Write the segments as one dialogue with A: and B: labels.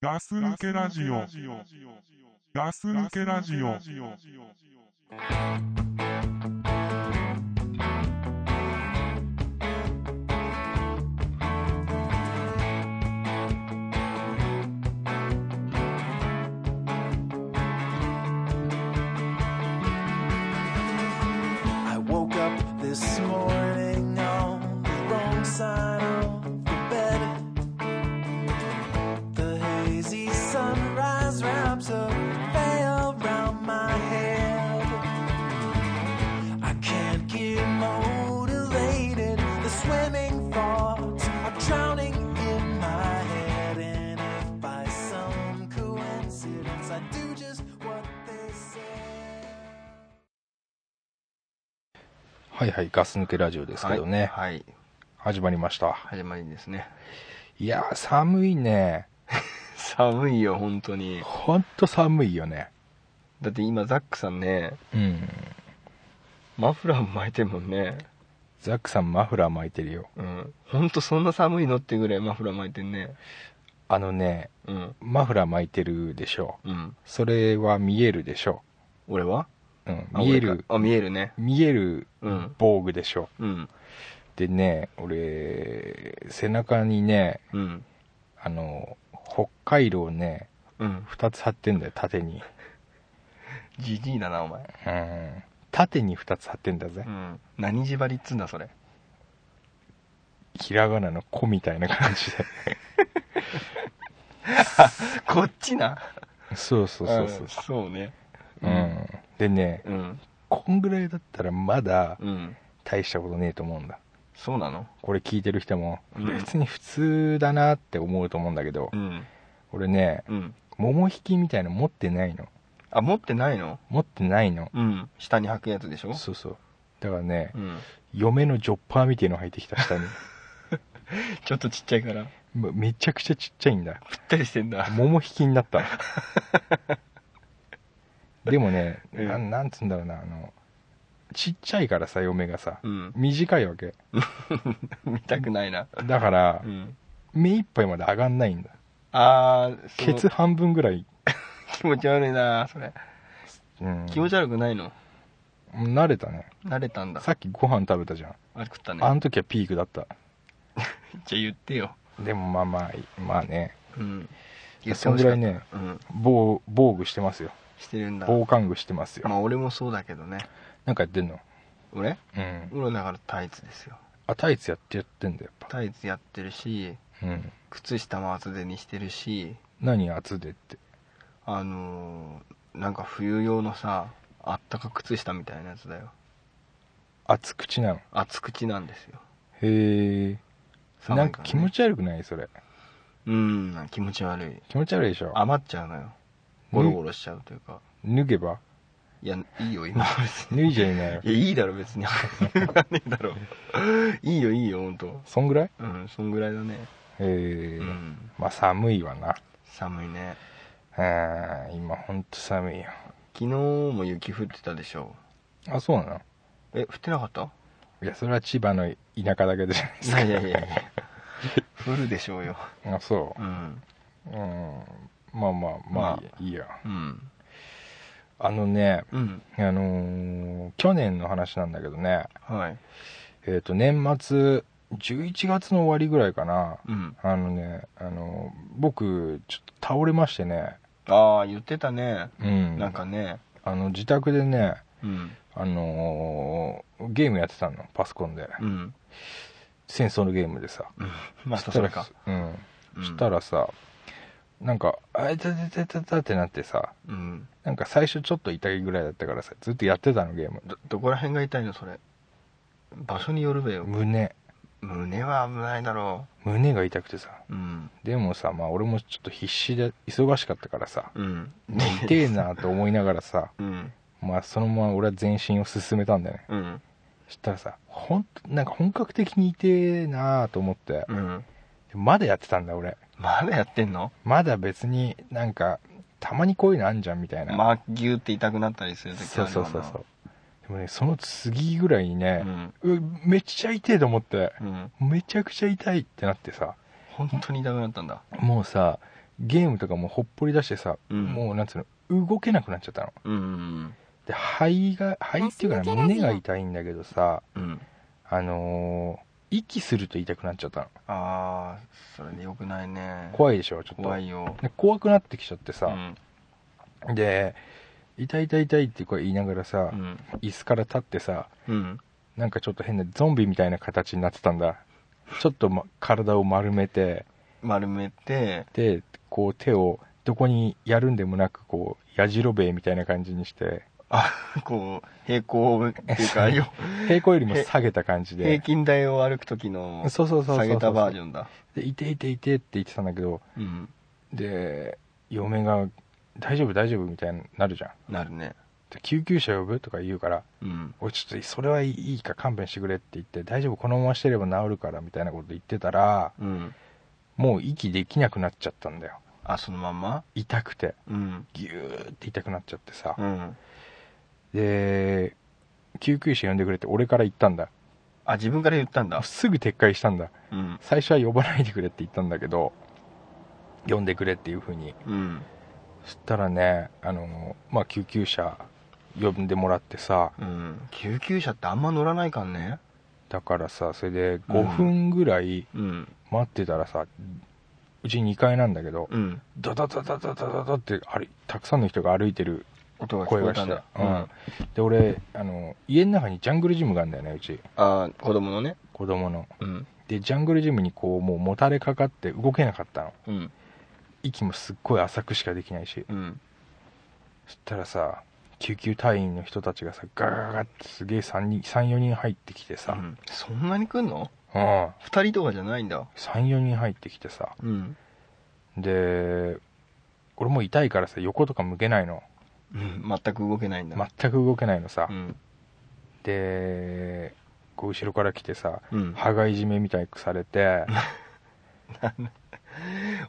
A: ガス抜けラジオ。ガス抜けラジオ。
B: I woke up this morning on the wrong side of the bed. The hazy sunrise wraps a veil round my head. I can't get motivated. The swimming thoughts are drowning in my head. And if by some coincidence I do just what they say.
C: はいはい、ガス抜けラジオですけどね、
D: はい。はい
C: 始まりました。
D: 始まりですね。
C: いやー、寒いね。
D: 寒いよ、本当に。
C: ほんと寒いよね。
D: だって今、ザックさんね、
C: うん。
D: マフラー巻いてるもんね。
C: ザックさんマフラー巻いてるよ。
D: うん。ほんとそんな寒いのってぐらいマフラー巻いてんね。
C: あのね、
D: うん。
C: マフラー巻いてるでしょ
D: うん。
C: それは見えるでしょ
D: 俺は
C: うん、
D: あ
C: 見え
D: 俺
C: る
D: か、あ、見えるね。
C: 見える
D: うん。
C: 防具でしょ
D: うん。
C: でね、俺、背中にね、
D: うん。
C: あの、北海道ね、
D: うん。
C: 二つ貼ってんだよ、縦に。
D: じじいだな、お前。
C: うん。縦に二つ貼ってんだぜ
D: う。ん。何縛りっつんだ、それ。
C: ひらがなの子みたいな感じで。
D: こっちな。
C: そうそうそうそう。
D: そうね。
C: うん。でね、
D: うん。
C: こんぐらいだったらまだ
D: うん。
C: 大したことねえと思うんだ。
D: そうなの
C: これ聞いてる人も、
D: うん
C: 別に普通だなって思うと思うんだけど
D: う、ん。
C: 俺ね、
D: うん。
C: 桃引きみたいの持ってないの。
D: あ、持ってないの
C: 持ってないの。
D: うん。下に履くやつでしょ
C: そうそう。だからね、
D: うん。
C: 嫁のジョッパーみたいの入ってきた 下に。
D: ちょっとちっちゃいから。
C: めめちゃくちゃちっちゃいんだ。
D: ぴったりしてんだ。
C: 桃引きにな ったの。でもね、な
D: うん
C: なんつうんだろうな、あの、ちっちゃいからさ、嫁がさ、
D: うん。
C: 短いわけ。
D: 見たくないな。
C: だから
D: う、ん。
C: 目いっぱいまで上がんないんだ。
D: あー、そ
C: ケ
D: の
C: ツ半分ぐらい。
D: 気持ち悪いな、それ。
C: うん、
D: 気持ち悪くないの
C: 慣れたね。
D: 慣れたんだ。
C: さっきご飯食べたじゃん。
D: あ、食ったね。
C: あの時はピークだった。
D: じゃあ言ってよ。
C: でもまあまあ、まあね、
D: うん。
C: そんぐらいね、
D: うん。
C: 防防具してますよ。
D: してるんだ。
C: 防寒具してます
D: ま
C: よ。
D: あ俺もそうだけどね。
C: なんかやってんの
D: 俺
C: うん。
D: 俺だからタイツですよ。
C: あ、タイツやってやってんだよ、やっぱ。
D: タイツやってるし、
C: うん。
D: 靴下も厚手にしてるし、
C: 何厚でって。
D: あのー、なんか冬用のさ、あったか靴下みたいなやつだよ。
C: 厚口なの。
D: 厚口なんですよ。
C: へえ。
D: 寒いら
C: な
D: ね
C: んか気持ち悪くないそれ。
D: うん、気持ち悪い。
C: 気持ち悪いでしょ。
D: 余っちゃうのよ。ゴロゴロしちゃうというか。
C: 脱げば
D: いや、いいよ、今。別に
C: 脱いじゃい ないよ
D: い。や、いいだろ、別に。なんねえだろ。いいよ、いいよ、ほんと。
C: そんぐらい
D: うん、そんぐらいだね。
C: へえ
D: う。ん。
C: まあ寒いわな。
D: 寒いね。
C: うん、今ほんと寒いよ。
D: 昨日も雪降ってたでしょ。
C: あ、そうなの
D: え、降ってなかった
C: いや、それは千葉の田舎だけじゃ ないで
D: い
C: すか。
D: やいやいやいや。 降るでしょうよ。
C: あ、そ
D: うん。
C: う。うん。まあまあま
D: ま
C: あ、いいや。
D: うん。
C: あのね、
D: うん。
C: あのー去年の話なんだけどね、
D: はい。
C: えっ、と、年末、11月の終わりぐらいかな、
D: うん。
C: あのね、あのー僕、ちょっと倒れましてね、
D: ああ、言ってたね。
C: うん。
D: なんかね。
C: あの、自宅でね、
D: うん。
C: あのーゲームやってたの、パソコンで。
D: うん。
C: 戦争のゲームでさ。
D: うんまたそれか
C: し。たらうん。
D: うん
C: した。らさ、なんか、あいたたたたたってなってさ、
D: うん。
C: なんか最初ちょっと痛いぐらいだったからさ、ずっとやってたの、ゲーム。
D: ど、どこら辺が痛いの、それ。場所によるべよ。
C: 胸。
D: 胸は危ないだろ
C: 胸が痛くてさ。
D: う。うん。
C: でもさ、まあ俺もちょっと必死で忙しかったから さ、
D: うん。
C: 痛えなと思いながらさ、
D: うん。
C: まあそのまま俺は全身を進めたんだよね。
D: うん。
C: そしたらさ、ほんと、なんか本格的に痛えなと思って、
D: うん。
C: まだやってたんだ俺。
D: まだやってんの
C: まだ別になんか、たまにこういうのあんじゃんみたいな。
D: まあ、ギューって痛くなったりする時ある。
C: そうそうそうそうう。でもね、その次ぐらいにね、
D: うん。
C: うめっちゃ痛いと思って
D: うん。
C: めちゃくちゃ痛いってなってさ
D: 本当に痛くなったんだ。
C: もうさゲームとかもほっぽり出してさ、
D: うん
C: もうなんつうの動けなくなっちゃったの
D: うん
C: で肺が肺っていうかね胸が痛いんだけどさ
D: うん
C: あのー息すると痛くなっちゃったの
D: ああそれでよくないね
C: 怖いでしょちょっと
D: 怖いよ
C: で怖くなってきちゃって
D: う
C: さ、
D: ん
C: で痛い痛い痛いってこう言いながらさ、
D: うん
C: 椅子から立ってさ
D: うん
C: なんかちょっと変なゾンビみたいな形になってたんだちょっと、ま、体を丸めて
D: 丸めて
C: でこう手をどこにやるんでもなくこうやじろべえみたいな感じにして
D: こう平行っていう かよ
C: 平行よりも下げた感じ
D: 平
C: で
D: 均台を歩く時の
C: そうそうそうそうそう
D: 下げたバージョンだ
C: でいていていてって言ってたんだけど
D: うん
C: で嫁が「大丈夫大丈夫」みたいになるじゃん
D: なるね
C: で救急車呼ぶとか言うから
D: うん
C: 「おいちょっとそれはいいから勘弁してくれ」って言って「大丈夫このまましてれば治るから」みたいなこと言ってたら
D: うん
C: もう息できなくなっちゃったんだよ
D: あそのまんま
C: 痛くて
D: うん
C: ギューって痛くなっちゃってさ
D: うん
C: で救急車呼んでくれって俺から言ったんだ
D: あ自分から言ったんだ
C: すぐ撤回したんだ
D: うん
C: 最初は呼ばないでくれって言ったんだけど呼んでくれっていう風に
D: うん
C: そしたらねあの、まあ、救急車呼んでもらってさ
D: うん救急車ってあんま乗らないかんね
C: だからさそれで
D: うん
C: 5分ぐらい
D: うん
C: 待ってたらさ、うち2階なんだけど、
D: うん
C: ダダダダダダダダってあれたくさんの人が歩いてる
D: 音が聞
C: 声
D: こえ
C: が
D: た
C: し
D: ん
C: て
D: だ、
C: うんで俺あの家の中にジャングルジムがあるんだよねうち
D: あー子供のね
C: 子供の
D: うん
C: でジャングルジムにこうもうもたれかかって動けなかったの
D: うん
C: 息もすっごい浅くしかできないし
D: うん
C: そしたらさ救急隊員の人たちがさガガガガってすげえ34人入ってきてさ、
D: うんそんなに来んの
C: うん、
D: 二人とかじゃないんだ
C: 34人入ってきてさ
D: うん
C: で俺もう痛いからさ横とか向けないの
D: うん全く動けないんだ
C: 全く動けないのさ、
D: うん
C: でこう後ろから来てさ
D: うん
C: 羽がいじめみたいくされ て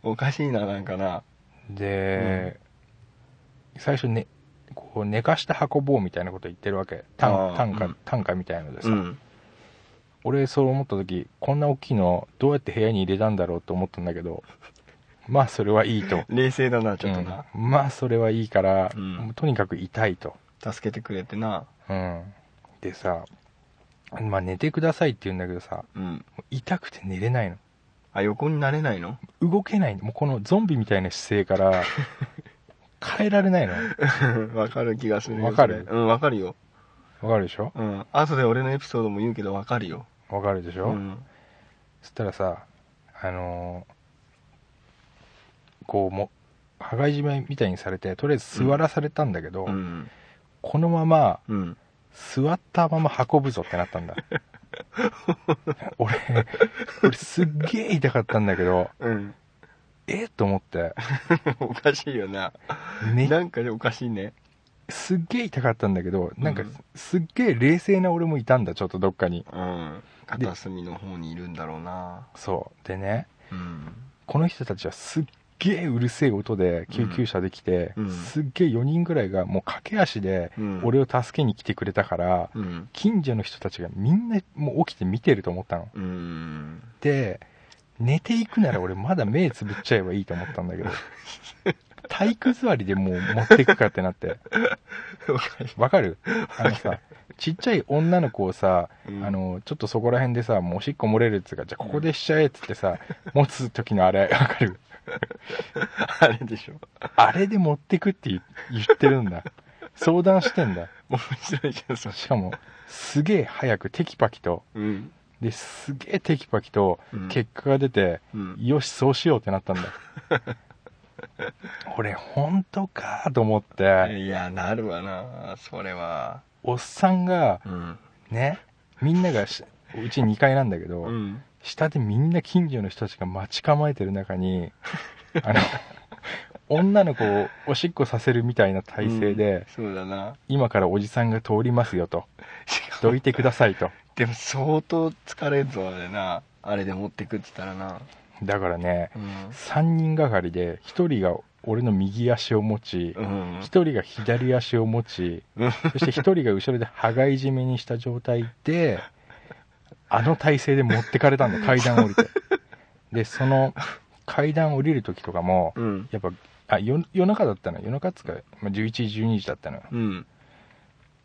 D: おかしいななんかな
C: で、最初ねこう寝かして運ぼうみたいなこと言ってるわけ短
D: あー
C: 短歌、
D: うん
C: 短歌みたいのでさ、
D: うん
C: 俺そう思った時こんな大きいのどうやって部屋に入れたんだろうと思ったんだけど まあそれはいいと
D: 冷静だ なちょっとな、
C: うんまあそれはいいから、
D: うん
C: もうとにかく痛いと、
D: 助けてくれてな
C: うん、でさまあ寝てくださいって言うんだけどさ
D: うん
C: もう痛くて寝れないの
D: あ横になれない の
C: 動けないのもうこのゾンビみたいな姿勢から 変えられないの
D: わかる気がするよ
C: わかる
D: それうんわかるよ
C: わかるでしょ
D: うん後で俺のエピソードも言うけどわかるよ
C: わかるでしょ、
D: うん
C: そしたらさあのーこうも羽交い締めみたいにされてとりあえず座らされたんだけど、
D: うん
C: このまま
D: うん
C: 座ったまま運ぶぞってなった んだ俺俺すっげえ痛かったんだけど
D: うん
C: えっと思って
D: おかしいよな
C: め
D: なんかおかしいね
C: すっげえ痛かったんだけどなんか
D: うん
C: すっげえ冷静な俺もいたんだちょっとどっかに
D: うん片隅の方にいるんだろうな
C: そうでね
D: うん
C: この人たちはすっげえうるせえ音で救急車で来て、
D: うんうん
C: すっげえ4人ぐらいがもう駆け足で
D: うん
C: 俺を助けに来てくれたから、
D: うん
C: 近所の人たちがみんなもう起きて見てると思ったの
D: うん
C: で寝ていくなら俺まだ目つぶっちゃえばいいと思ったんだけ ど体育座りでもう持ってくかってなって
D: わかる
C: わかるあのさちっちゃい女の子をさ、
D: うん
C: あのちょっとそこら辺でさもうおしっこ漏れるっつうかじゃあここでしちゃえっつってさ持つ時のあれわかる
D: あれでしょ
C: あれで持ってくって言言ってるんだ。相談してんだ。
D: 面白いじゃんそれ
C: しかも、すげえ早くテキパキと、
D: うん
C: で、すげえテキパキと
D: うん、
C: 結果が出て、
D: うん
C: よし、そうしようってなった んだ。俺、本当かと思って、
D: いやなるわなそれは
C: おっさんが、
D: うん
C: ね、みんながし、うち2階なんだけど、
D: うん
C: 下でみんな近所の人たちが待ち構えてる中に、あの、女の子をおしっこさせるみたいな体勢で、
D: うんそうだな
C: 今からおじさんが通りますよと
D: しかも
C: どいてくださいと
D: でも相当疲れんぞあれなあれで持ってくって言ったらな
C: だからね
D: う
C: 3人がかりで1人が俺の右足を持ち
D: ん、うん
C: 1、人が左足を持ち
D: うん
C: そして1人が後ろで羽交い締めにした状態であの体勢で持ってかれたんだ階段降りてでその階段降りる時とかも、
D: うん
C: やっぱあ夜夜中だったの夜中っつうか、まあ、11時12時だったの
D: うん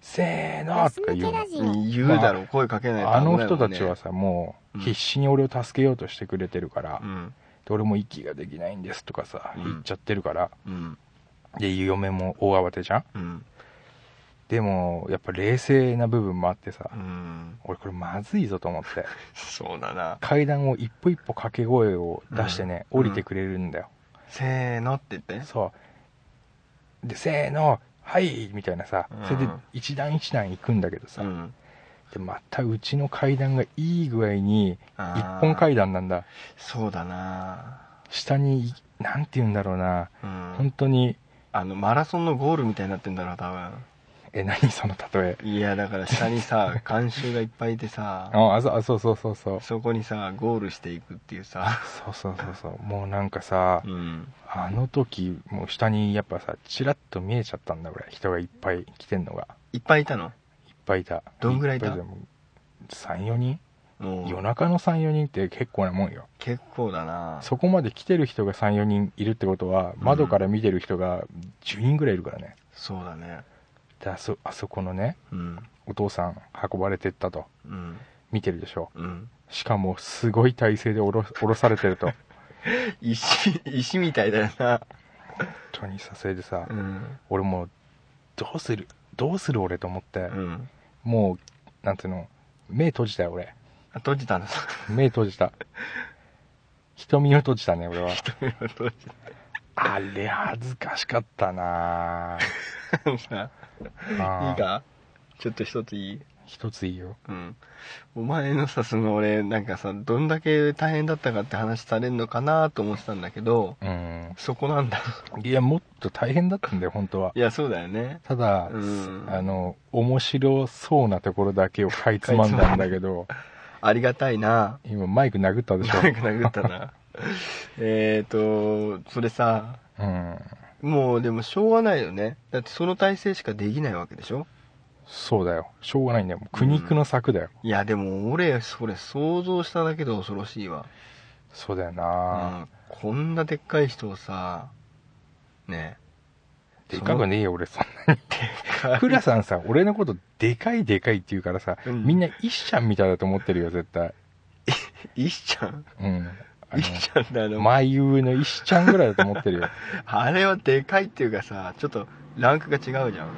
C: せーの
E: ガス
C: とか
E: 抜
C: 言う
E: け
C: の
E: ラジオ。
D: 言うだろう声かけないと
C: あ
D: 危ないもん
C: の
D: ね
C: 人たちはさもう
D: うん
C: 必死に俺を助けようとしてくれてるから、
D: うん
C: で俺も息ができないんですとかさ、
D: うん
C: 言っちゃってるから
D: うん
C: で嫁も大慌てじゃん
D: うん
C: でもやっぱ冷静な部分もあってさ、
D: うん
C: 俺これまずいぞと思っ て
D: そうだな
C: 階段を一歩一歩掛け声を出してね、
D: うん
C: 降りてくれるんだよ、
D: せーのって言って
C: そうでせーのはいみたいなさ、
D: うん
C: それで一段一段行くんだけどさ、
D: うん
C: でまたうちの階段がいい具合に
D: あ
C: 一
D: ー
C: 本階段なんだ
D: そうだな
C: 下になんて言うんだろうな
D: うん
C: 本当に
D: あのマラソンのゴールみたいになってんだろう多分
C: え何その例え
D: いやだから下に さ観衆がいっぱいいてさ
C: ああそうあそうそうそうそう
D: そこにさゴールしていくっていうさ
C: そうそうそうそうもうなんかさ
D: うん
C: あの時もう下にやっぱさチラッと見えちゃったんだ俺人がいっぱい来てんのが
D: いっぱいいたの
C: いっぱいいた
D: どんぐらいいた
C: 34人
D: も
C: 夜
D: う
C: 中の34人って結構なもんよ
D: 結構だな
C: そこまで来てる人が34人いるってことは
D: うん
C: 窓から見てる人が10人ぐらいいるからね
D: そうだね
C: であそあそこのね
D: うん
C: お父さん運ばれてったと
D: うん
C: 見てるでしょ
D: うん
C: しかもすごい体勢で下ろ下ろされてる と本
D: 石石みたいだよな
C: 当にさそれでさ
D: うん
C: 俺もうどうするどうする俺と思って
D: うん
C: もうなんていうの目閉じたよ俺
D: あ閉じたのさ
C: 目閉じた 瞳を閉じたね俺は
D: 閉じ
C: あれ恥ずかしかったな
D: たのさ
C: あー
D: いいかちょっと一ついい
C: 一ついいよ
D: うん、お前のさその俺なんかさどんだけ大変だったかって話されるのかなと思ってたんだけど
C: うん
D: そこなんだ
C: いやもっと大変だったんだよ本当はい
D: やそうだよね
C: ただ、
D: うん
C: あの面白そうなところだけをかいつまんだんだけ ど
D: ありがたいな
C: 今マイク殴ったでしょ
D: 長く殴ったな えっとそれさ
C: うん
D: もうでもしょうがないよねだってその体制しかできないわけでしょ
C: そうだよしょうがないんだよもう苦肉の策だよ、
D: いやでも俺それ想像しただけで恐ろしいわ、
C: そうだよ
D: う
C: な、
D: ん、こんなでっかい人をさね
C: でかくねえよ俺そんな
D: え
C: クラさんさ俺のことでかいでかいって言うからさ、
D: うん
C: みんな石ちゃんみたいだと思ってるよ絶対
D: 石ちゃん
C: うんあ
D: 石ちゃんだあの
C: の前上の石ちゃんぐらいだと思ってるよ
D: あれはでかいっていうかさちょっとランクが違うじゃん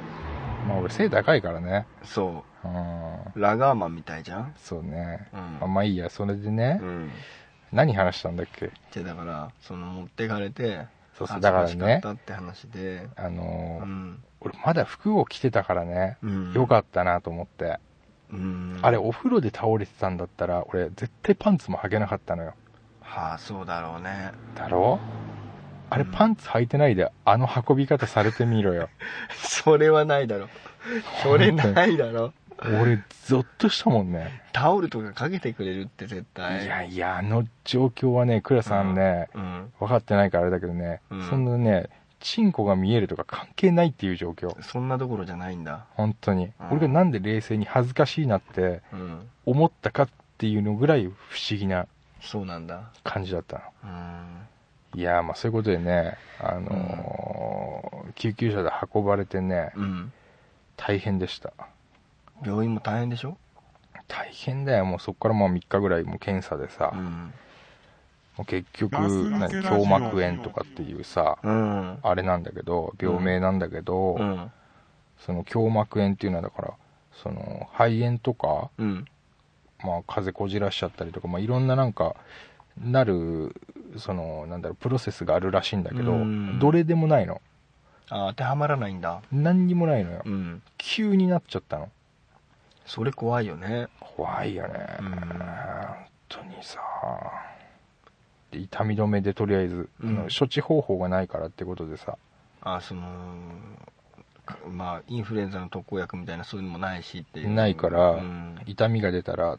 C: まあ俺背高いからね
D: そ
C: うん
D: うラガーマンみたいじゃん
C: そうね
D: う
C: まあ
D: ん、
C: まあいいやそれでね、
D: うん、
C: 何話したんだっけ
D: でだからその持ってかれて
C: そうそう
D: 恥ず
C: だから
D: かしかっ
C: ね
D: たって話で
C: あのー
D: うん
C: 俺まだ服を着てたからね、
D: うん
C: よかったなと思って、
D: うん
C: あれお風呂で倒れてたんだったら俺絶対パンツも履けなかったのよ
D: はあそうだろうね
C: だろあれ
D: うん
C: パンツ履いてないであの運び方されてみろ よ
D: それはない だろそれないだろ
C: 俺ゾッとしたもんね
D: タオルとかかけてくれるって絶
C: い
D: 対
C: やいやあの状況はね倉さんね、
D: うん
C: 分かってないからあれだけどね、
D: うん
C: そんなねチンコが見えるとか関係ないっていう状況
D: そんなところじゃないんだ
C: 本当に、
D: うん
C: 俺がなんで冷静に恥ずかしいなって
D: うん
C: 思ったかっていうのぐらい不思議な
D: そうなんだ
C: 感じだったの
D: うん
C: いやーまあそういうことでね、あのー救急車で運ばれてね
D: うん
C: 大変でした
D: 病院も大変でしょ
C: 大変だよもうそこからまあ3日ぐらいもう検査でさ、
D: う
C: も
D: ん
C: う結局
A: ガス抜け
C: 何
A: ラジオ
C: 胸膜炎とかっていうさ
D: うん
C: あれなんだけど病名なんだけど、
D: うん
C: その胸膜炎っていうのはだからその肺炎とか、
D: うん
C: まあ、風邪こじらしちゃったりとか、まあ、いろんななんかなるそのなんだろうプロセスがあるらしいんだけど
D: うん
C: どれでもないの
D: あ当てはまらないんだ
C: 何にもないのよ
D: うん
C: 急になっちゃったの
D: それ怖いよね
C: 怖いよね、
D: うん
C: 本当にさで痛み止めでとりあえず、あの
D: うん
C: 処置方法がないからってことでさ
D: あそのかまあインフルエンザの特効薬みたいなそういうのもないしっていう
C: ないから
D: うん、
C: 痛みが出たら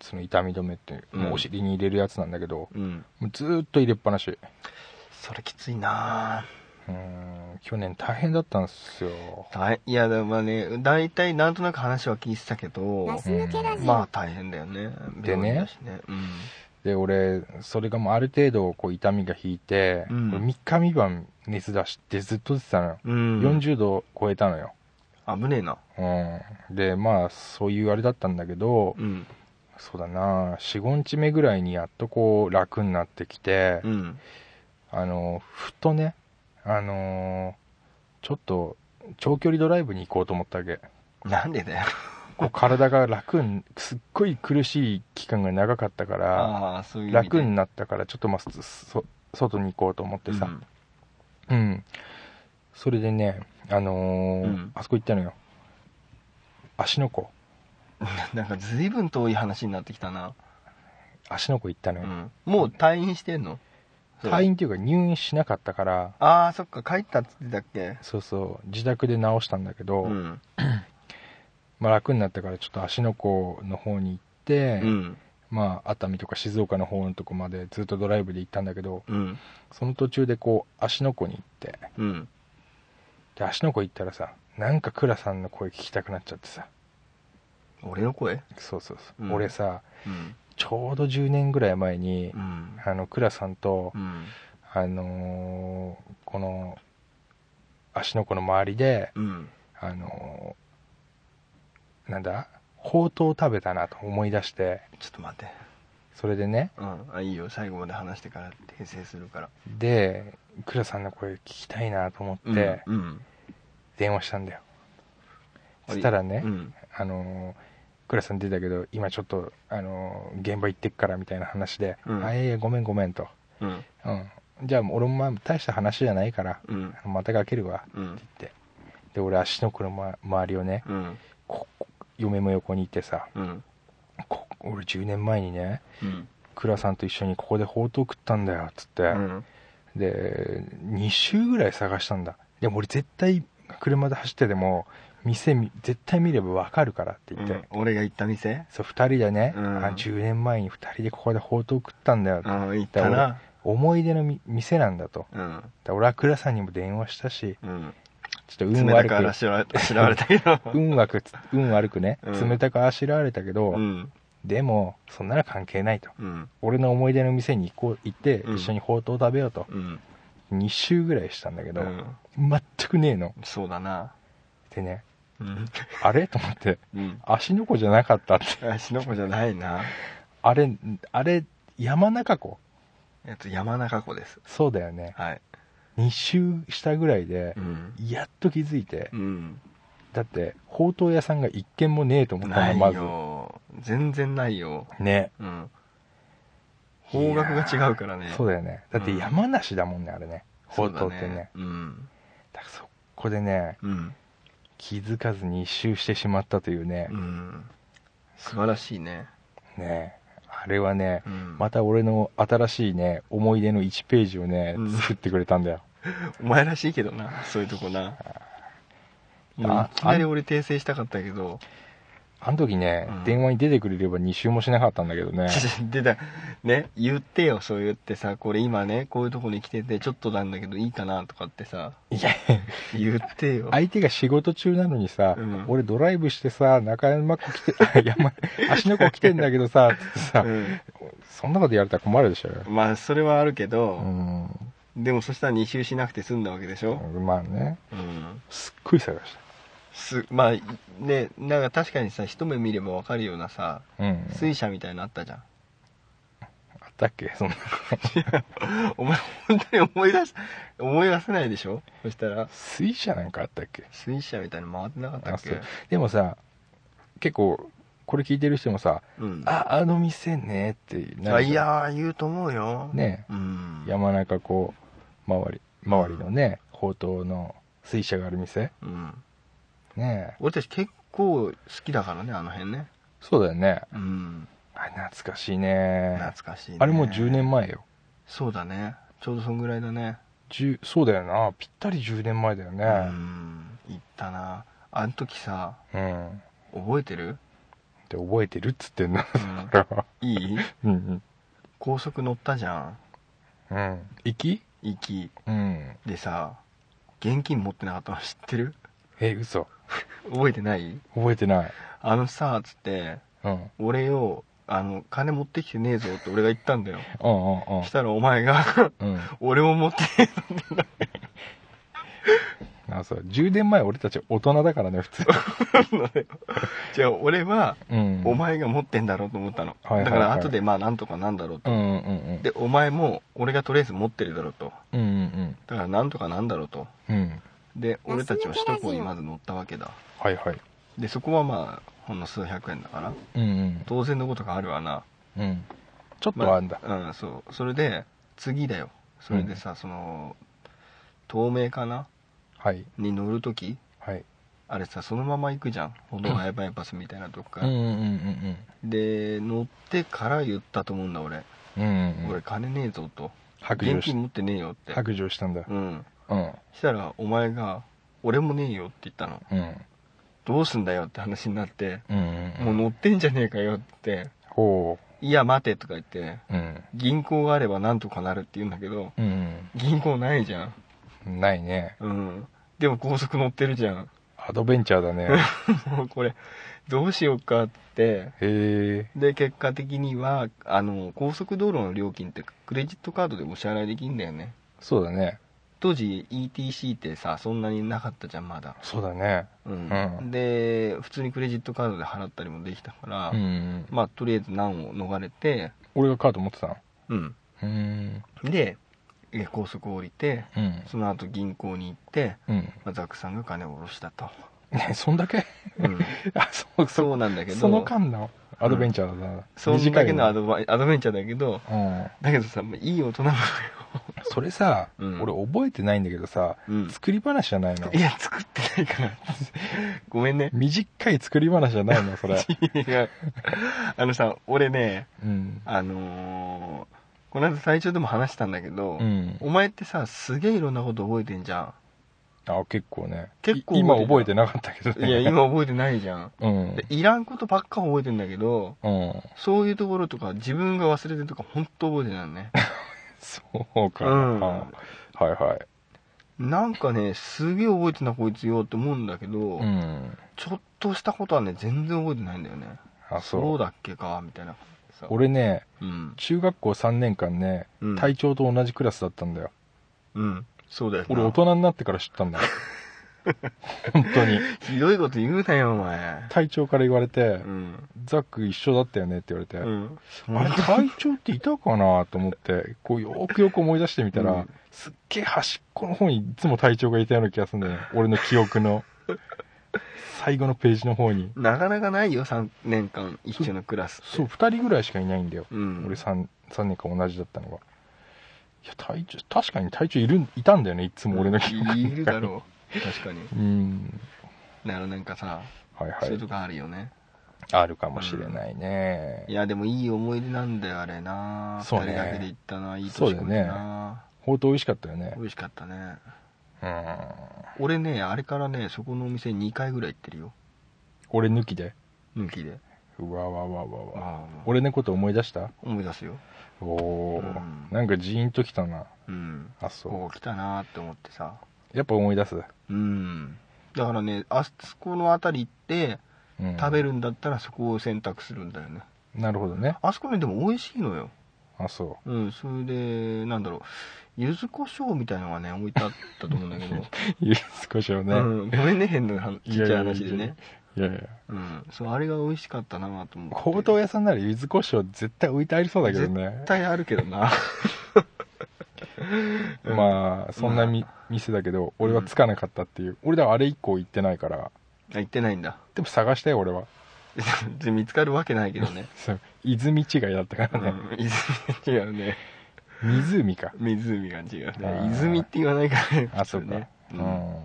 C: その痛み止めって、もうお尻に入れるやつなんだけど
D: うん
C: もうずーっと入れっぱなし
D: それきついな
C: うん去年大変だったんですよ
D: 大いやでもね大体なんとなく話は聞いてたけど
E: ガス抜けラジオ。
D: まあ大変だよね
C: でね
D: 病院だしね
C: で俺それがもうある程度こう痛みが引いて、
D: うん
C: 俺3日3晩熱出してずっと出てたのよ、
D: うん。
C: 40度超えたのよ、
D: 危ねえな。
C: うん、でまあそういうあれだったんだけど、
D: うん。
C: そうだな45日目ぐらいにやっとこう楽になってきて、
D: うん。
C: あのふとねあのーちょっと長距離ドライブに行こうと思ったわけ
D: なんでだよ。
C: こう体が楽にすっごい苦しい期間が長かったから
D: ああ、そういう意味で。
C: 楽になったからちょっとまあそ外に行こうと思ってさ、うんそれでね、あのー
D: うん
C: あそこ行ったのよ芦ノ湖
D: うん。なんか随分遠い話になってきたな。
C: 芦ノ湖行ったの
D: う
C: よ、
D: ん。もう退院してんの
C: 退院っていうか入院しなかったから
D: ああ、そっか、帰ったっつってたっけ
C: そうそう自宅で治したんだけど、
D: うん。
C: まあ、楽になったからちょっと芦ノ湖の方に行って、
D: うん。
C: まあ、熱海とか静岡の方のとこまでずっとドライブで行ったんだけど
D: うん。
C: その途中でこう芦ノ湖に行って
D: うん。
C: で芦ノ湖行ったらさなんか倉さんの声聞きたくなっちゃってさ
D: 俺の声
C: そうそうそう、
D: うん
C: 俺さ
D: うん。
C: ちょうど10年ぐらい前に、
D: うん。
C: あの倉さんと、
D: うん。
C: あのーこの芦ノ湖の周りで
D: うん。
C: あのーなんだほうとう食べたなと思い出して
D: ちょっと待って。
C: それでね
D: うん。あ、いいよ。最後まで話してから訂正するから。
C: で倉さんの声聞きたいなと思
D: うん
C: って
D: うん。
C: 電話したんだよ、
D: あ
C: そしたらね、
D: うん。
C: あのー倉さん出たけど今ちょっと、あのー現場行ってっからみたいな話で「
D: うん
C: あいやいやごめんごめん」と
D: うん。
C: 「うん、じゃあ俺もまあ大した話じゃないから
D: うん。
C: またかけるわ」
D: うん。
C: ってで俺足のこの、ま、周りをね
D: うん。
C: ここ嫁も横にいてさ
D: うん。
C: こ俺10年前にね
D: うん。
C: 倉さんと一緒にここでほうとう食ったんだよっつって、
D: うん。
C: で2周ぐらい探したんだでも俺絶対車で走ってても店見絶対見れば分かるからって言って、
D: うん俺が行った店
C: そう2人でね、
D: うん
C: あ10年前に2人でここでほうとう食ったんだよ、
D: ああ、行ったな。
C: 思い出のみ店なんだとだか
D: うん。
C: ら俺は倉さんにも電話したし
D: うん。
C: ちょっと運
D: 冷た
C: 悪
D: くあら
C: く
D: しられた、知られたけど。
C: 運悪く運悪くね、
D: うん
C: 冷たくあしらわれたけど、
D: うん。
C: でもそんなの関係ないと
D: うん。
C: 俺の思い出の店に行こう行って、
D: うん
C: 一緒にほうとう食べようと
D: うん。
C: 2周ぐらいしたんだけ
D: う
C: ど、
D: ん。
C: 全くねえの
D: そうだな。
C: でね
D: うん。
C: あれと思って
D: うん。
C: 芦ノ湖じゃなかったって
D: あ、しのこじゃないな。
C: あれあれ山中湖
D: えっと、山中湖です。
C: そうだよね
D: はい。
C: 2周したぐらいで
D: うん。
C: やっと気づいて
D: うん。
C: だってほうとう屋さんが一軒もねえと思った
D: な
C: の
D: い
C: まず
D: よ。全然ないよ。
C: ね
D: うん。方角が違うからね。
C: そうだよねだって山梨だもんねあれねほ
D: そうだ
C: とうってね
D: うん。
C: だからそこでね
D: うん。
C: 気づかずに1周してしまったというね
D: うん。素晴らしいね。
C: ねあれはね
D: うん。
C: また俺の新しいね思い出の1ページをね
D: うん
C: 作ってくれたんだよ
D: お前らしいけどな、そういうとこな。もう
C: あ
D: いきなり俺訂正したかったけど、
C: あの時ね、
D: うん
C: 電話に出てくれれば2周もしなかったんだけど ね
D: でだ、ね、言ってよ、そう言ってさ、これ今ね、こういうとこに来てて、ちょっとなんだけどいいかなとかってさ、
C: いや
D: 言ってよ。
C: 相手が仕事中なのにさ、
D: うん
C: 俺ドライブしてさ中山湖来て あ山芦ノ湖来てんだけどさつってさ、
D: うん
C: そんなこと言われたら困るでしょ
D: まあ、それはあるけ
C: う
D: ど、
C: ん、
D: でもそしたら2周しなくて済んだわけでしょ。
C: まあね
D: うん。
C: すっごい探し
D: す、まあ、ね、なんか確かにさ、一目見ればわかるようなさ、
C: たうん
D: 水車みたいなのあったじゃん。
C: あったっけそんな
D: お前、本当に思い出す、思い出せないでしょそしたら、
C: 水車なんかあったっけ
D: 水車みたいに回ってなかった
C: あ
D: っ
C: そう
D: け
C: でもさ結構これ聞いてる人もさ
D: うん
C: 「
D: あ
C: ああの店ね」ってなるじゃん
D: いやー言うと思うよ、
C: ね
D: うん
C: 山中こう周り周りのね宝刀の水車がある店
D: うん、
C: ねえ
D: 俺たち結構好きだからねあの辺ね
C: そうだよね
D: うん
C: あ懐かしいね
D: 懐かしい、ね、
C: あれもう10年前よ
D: そうだねちょうどそんぐらいだね
C: 10そうだよなぴったり10年前だよ
D: う
C: ね
D: ん行ったなあの時さ
C: うん、
D: 覚えてる、
C: で覚えてるっつってんな
D: うん
C: だ から
D: いい
C: うん
D: 高速乗ったじゃん
C: うんうん行き
D: 行き
C: うん
D: でさ現金持ってなかったの知ってる
C: え嘘
D: 覚えてない
C: 覚えてない
D: あのさつって
C: うん
D: 俺をあの、金持ってきてねえぞって俺が言ったんだよ。
C: うんうんうん
D: したらお前が、
C: うん
D: 俺も持ってねえぞって
C: あそう10年前俺たち大人だからね普 通
D: なるの よ。じゃあ俺は、
C: うん
D: お前が持ってんだろうと思ったの。
C: はいはいはい
D: だから後でまあなんとかなんだろう
C: う
D: と。
C: んうんうん
D: で、お前も俺がとりあえず持ってるだろうと。
C: うんうん
D: だからなんとかなんだろうと。
C: うんうん
D: で、俺たちは首都高にまず乗ったわけだ。
C: はいはい
D: で、そこはまあ、ほんの数百円だから。
C: うんうん
D: 当然のことがあるわな。
C: うんちょっ
D: ま
C: とはあんだ、
D: うん、そう。それで、次だよ。それでさ、その、透明かな
C: はい
D: に乗るとき、
C: はい
D: あれさ、そのまま行くじゃん。歩道ハイバイパスみたいなとこ
C: うん
D: から。
C: うんうん
D: で、乗ってから言ったと思うんだ、俺。
C: うんうんう
D: 俺、
C: ん
D: 金ねえぞと。
C: 白状
D: 現
C: し
D: 金持ってねえよって。
C: 白状したんだ
D: うん。
C: うん
D: したら、お前が、俺もねえよって言ったの。
C: うん
D: どうすんだよって話になって、
C: うんうん
D: もう乗ってんじゃねえかよって。
C: ほ
D: いや、待てとか言って、
C: ううん
D: 銀行があればなんとかなるって言うんだけど、
C: うん
D: 銀行ないじゃん。
C: うんないね
D: うん。でも高速乗ってるじゃん。
C: アドベンチャーだね
D: もうこれ、どうしようかって。
C: へえ
D: で、結果的には、あの、高速道路の料金ってクレジットカードでお支払いできんだよね。
C: そうだね
D: 当時 ETC ってさ、そんなになかったじゃん、まだ。
C: そうだね
D: うん。
C: うん
D: で、普通にクレジットカードで払ったりもできたから、
C: うんうん
D: まあ、とりあえず難を逃れて、
C: 俺がカード持ってたの
D: うん。
C: うん
D: で、え高速降りて、
C: うん
D: その後銀行に行って、
C: うん
D: まあ、ザクさんが金を下ろしたと。
C: ねそんだ け
D: うん。
C: あそうそう
D: そうなんだけど、
C: その間のアドベンチャーだな、
D: そんだけのア
C: ド
D: ドバイアドベンチャーだけど、
C: うん
D: だけどさ、もういい大人なのよ。
C: それさ、
D: うん
C: 俺覚えてないんだけどさ、
D: うん
C: 作り話じゃないの
D: いや、作ってないから。 ごめんね。
C: 短い作り話じゃないのそ れ
D: いやあのさ、俺ね、
C: うん
D: あのーこの間最初でも話したんだけど、
C: うん
D: お前ってさ、すげえいろんなこと覚えてんじゃ
C: あ結構ね
D: 結構
C: い今
D: 覚
C: 覚
D: え
C: え
D: て
C: てなかったけど
D: ん。い
C: ね
D: や、今覚えてないじゃん。
C: うん
D: でいらんことばっか覚えてんだけど、
C: うん
D: そういうところとか自分が忘れてるとか本当覚えてないの ね。
C: そうか、
D: うん
C: はいはい
D: なんかね、すげえ覚えてんなこいつよって思うんだけど、
C: うん
D: ちょっとしたことはね、全然覚えてないんだよね。
C: あそう
D: そうだっけか、みたいな。さ
C: 俺ね
D: うん。
C: 中学校3年間ね、
D: うん
C: 隊長と同じクラスだったんだよ
D: うん。そうだよな。
C: 俺大人になってから知ったんだ よ本当に
D: ひどいこと言うなよ、お前。
C: 隊長から言われて、
D: うん。
C: ザック一緒だったよねって言われて、
D: うん。
C: あれ隊長っていたかなと思ってこうよくよく思い出してみたら、
D: うん
C: すっげえ端っこの方にいつも隊長がいたような気がするんだよね俺の記憶の最後のページの方に
D: なかなかないよ、3年間一緒のクラスって。
C: そう2人ぐらいしかいないんだよ、
D: うん。
C: 俺 3, 三年間同じだったのがいや隊長確かに隊長いるんいたんだよねいつも俺の記憶の中に
D: いるだろ う。確かに。
C: うん
D: だからなんかさ、
C: はいは
D: そういう
C: い
D: とこあるよね。
C: あるかもしれないね、
D: いや、でもいい思い出なんだよ、あれな。
C: そうね
D: 二人だけで行ったな、いい
C: そう
D: 年
C: だ
D: こ
C: よ
D: い
C: ね
D: な。
C: ほうとう美味しかったよね
D: 美味しかったね。
C: うん
D: 俺ね、あれからね、そこのお店2回ぐらい行ってるよ。
C: 俺抜きで
D: 抜きで。
C: うわわわわわ
D: ああ。
C: 俺のこと思い出した
D: 思い出すよ。
C: おおー、
D: うん
C: なんかジーンときたな
D: うん。
C: あそ
D: こう来たなーって思ってさ。
C: うやっぱ思い出す、
D: うん。だからね、あそこの辺りって、
C: うん、
D: 食べ
C: る
D: るんだったらそこを選択するんだよね。
C: なるほどね
D: あそこね、でも美味しいのよ。
C: あそ
D: うん、それで、なんだろう、柚子胡椒みたいなのがね、置いてあったと思うんだけ ど、
C: うゆ少しはね、
D: うん、ごめんね、変な話ちっちゃい話でね。
C: いやいや
D: うん、そう、あれが美味しかったなと思って。
C: 高等屋さんなら柚子胡椒絶対置いてありそうだけどね
D: 絶対あるけどな。対
C: まあそんなみ、店だけど俺はつかなかったっていう俺だからあれ以降行ってないから
D: あ行ってないんだ。
C: でも探したよ俺は
D: で見つかるわけないけどね。
C: そう泉違いだった
D: う
C: からね、
D: ん、泉が違うね。
C: 湖か
D: 湖が違
C: あ
D: うね。
C: ー
D: 泉って言わないからね。
C: あそ
D: 普
C: う
D: 通
C: か、
D: ね。
C: う
D: うんん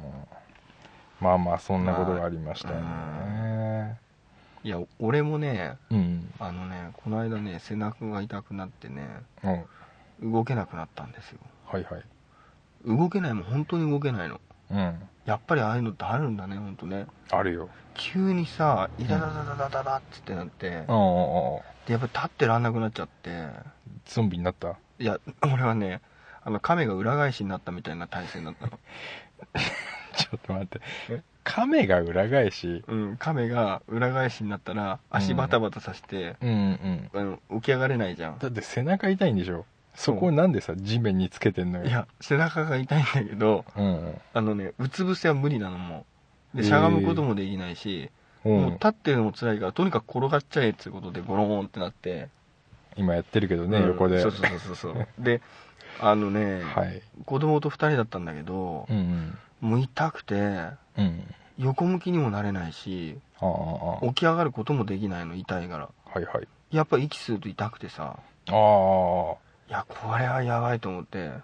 C: まあまあそんなことがありましたね、
D: いや、俺もね、
C: うん
D: あのね、この間ね、背中が痛くなってね、
C: うんはい
D: 動けなくなったんですよ。
C: はい
D: 動けないもん本当に動けないの
C: うん
D: やっぱりああいうのってあるんだね本当ね
C: あるよ
D: 急にさイラダダダダダダっつってなって、
C: うんうんうん
D: でやっぱり立ってらんなくなっちゃって
C: ゾンビになった
D: いや俺はねあの亀が裏返しになったみたいな体勢になったの
C: ちょっと待って
D: え。
C: 亀が裏返し。
D: うん、亀が裏返しになったら足バタバタさせて、
C: うんうん。
D: あの起き上がれないじゃん
C: だって背中痛いんでしょ。そこ
D: う
C: を
D: ん
C: なんでさ、地面につけてんのよ。
D: いや背中が痛いんだけど
C: うん
D: あのねうつ伏せは無理なのもうで
C: へー
D: しゃがむこともできないし、
C: うん。う。
D: もうん立ってるのも辛いからとにかく転がっちゃえってことでゴローンってなって
C: 今やってるけどね、
D: うん
C: 横で。
D: そうそうそうそう であのね、
C: はい。
D: 子供と2人だったんだけど
C: う、ん
D: もう痛くて
C: うん。うん。
D: 横向きにもなれないし
C: ああ、あ
D: 起き上がることもできないの痛いから
C: あはいはい。
D: やっぱ息すると痛くてさ
C: あ
D: いやこれはやばいと思って
C: あ。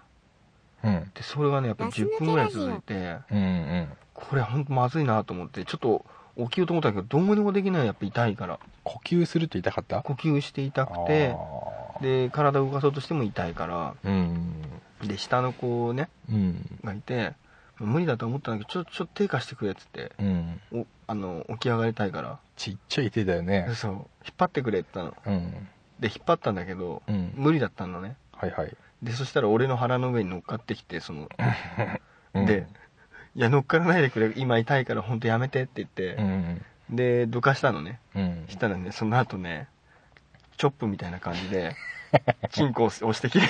C: うん。
D: でそれがねやっぱ10分ぐらい続いて
C: うんうん。
D: これほんとまずいなと思ってちょっと起きようと思ったけどどうにもできないやっぱ痛いから
C: 呼吸すると痛かった
D: 呼吸して痛くて
C: あ
D: で体を動かそうとしても痛いから
C: ーうん。
D: で下の子ね
C: うん。
D: がいて無理だと思ったんだけどちょちょっと手貸してくれっつって
C: うん。
D: おあの起き上がりたいから
C: ちっちゃい手だよね。
D: そう引っ張ってくれって言ったの
C: うん。
D: で引っ張ったんだけど
C: うん。
D: 無理だったのね
C: はいはい。
D: でそしたら俺の腹の上に乗っかってきてその
C: うん
D: で、いや乗っからないでくれ今痛いから本当やめてって言って
C: う、ん。
D: でどかしたのね
C: うん。
D: したらねその後ねチョップみたいな感じ でチンコを押してきて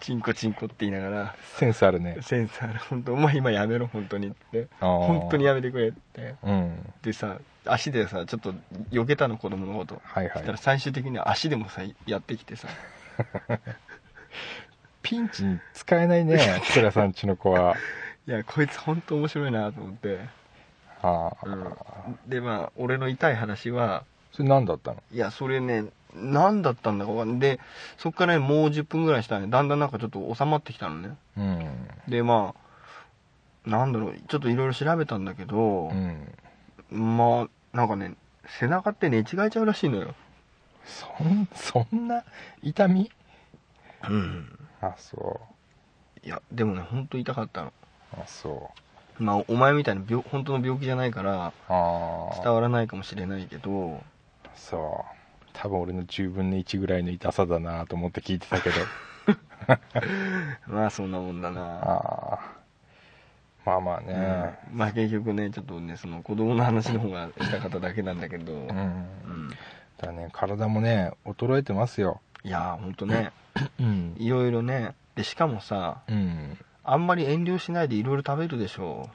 D: チンコチンコって言いなが
C: センスあるね
D: ら。センサーの本当お前今やめろ本当にって
C: 本
D: 本当にやめてくれって
C: うん。
D: でさ足でさちょっと避けたの子供のこと
C: はいは
D: そしたら
C: い。
D: 最終的には足でもさやってき てさ
C: ピンチに使えない ね、つらさんちの子は。
D: いやこいつ本当面白いなと思って、
C: ああ、
D: うん、でまあ俺の痛い話は
C: それ何だったの
D: いや、それね、何だったんだかわかんない。で、そっからね、もう10分ぐらいしたらね、だんだんなんかちょっと収まってきたのね。
C: うん。
D: で、まあ、なんだろう、ちょっといろいろ調べたんだけど
C: う、ん。
D: まあ、なんかね、背中って寝違えちゃうらしいのよ。
C: そん、そんな痛みあ、そ
D: いや、でもね、ほんと痛かったの。
C: う。あ、そ
D: まあ、お前みたいな病、本当の病気じゃないから、
C: う。ああ。
D: 伝わらないかもしれないけど、
C: そう多分俺の10分の1ぐらいの痛さだなと思って聞いてた けど
D: まあ、そんなもんだな。
C: ああまあまあ
D: う
C: ね
D: ん、まあ結局ねちょっとねその子供の話の方がしたかっただけなんだけど、
C: うん、
D: うん、
C: だね体もね衰えてますよ
D: いやーほんとね
C: うん
D: いろいろねでしかもさ
C: うん
D: あんまり遠慮しないでいろいろ食べるでしょ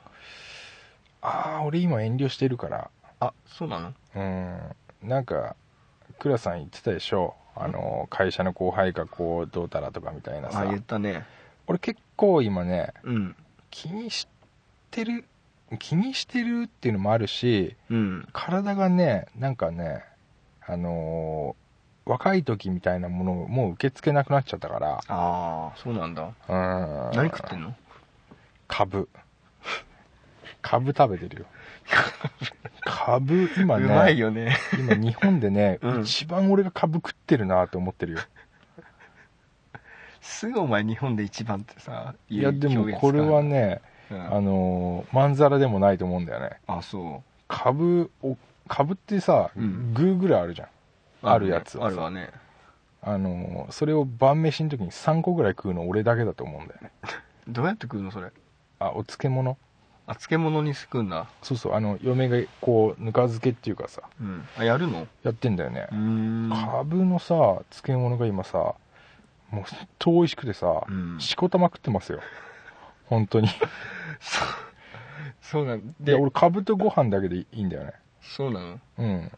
C: ああ俺今遠慮してるから
D: うあそうなの
C: うんなんか倉さん言ってたでしょあの会社の後輩がこうどうたらとかみたいな
D: あ
C: さ
D: 言ったね
C: 俺結構今ね
D: うん
C: 気にしてる気にしてるっていうのもあるし
D: うん
C: 体がねなんかねあのー若い時みたいなものをもう受け付けなくなっちゃったか
D: ああそうなんだ
C: らうん
D: 何食ってんの
C: 株 株食べてる よ株今
D: う
C: ね
D: まいよね
C: 今日本でね、
D: うん
C: 一番俺が株食ってるなと思ってるよ
D: すぐお前日本で一番ってさ
C: いや
D: 言う
C: でも
D: 表現
C: これは
D: 使
C: ね、
D: うの
C: あのーまんざらでもないと思うんだよね
D: うんあそ
C: 株を株ってさ、
D: うん
C: グーグルあるじゃん
D: う
C: あるやつをさ
D: あるわね
C: あのーそれを晩飯の時に3個ぐらい食うの俺だけだと思うんだよね
D: どうやって食うのそれ
C: あお漬物
D: あ漬物にすくんだ
C: そうそうあの嫁がこうぬか漬けっていうかさ
D: うんあやるの
C: やってんだよね
D: うー、ん
C: カブのさ漬物が今さもうほんと美味しくてさ、
D: うん
C: しこたま食ってますよ本当に
D: そうなん
C: で
D: で
C: 俺カブとご飯だけでいいんだよね
D: そうなの
C: うん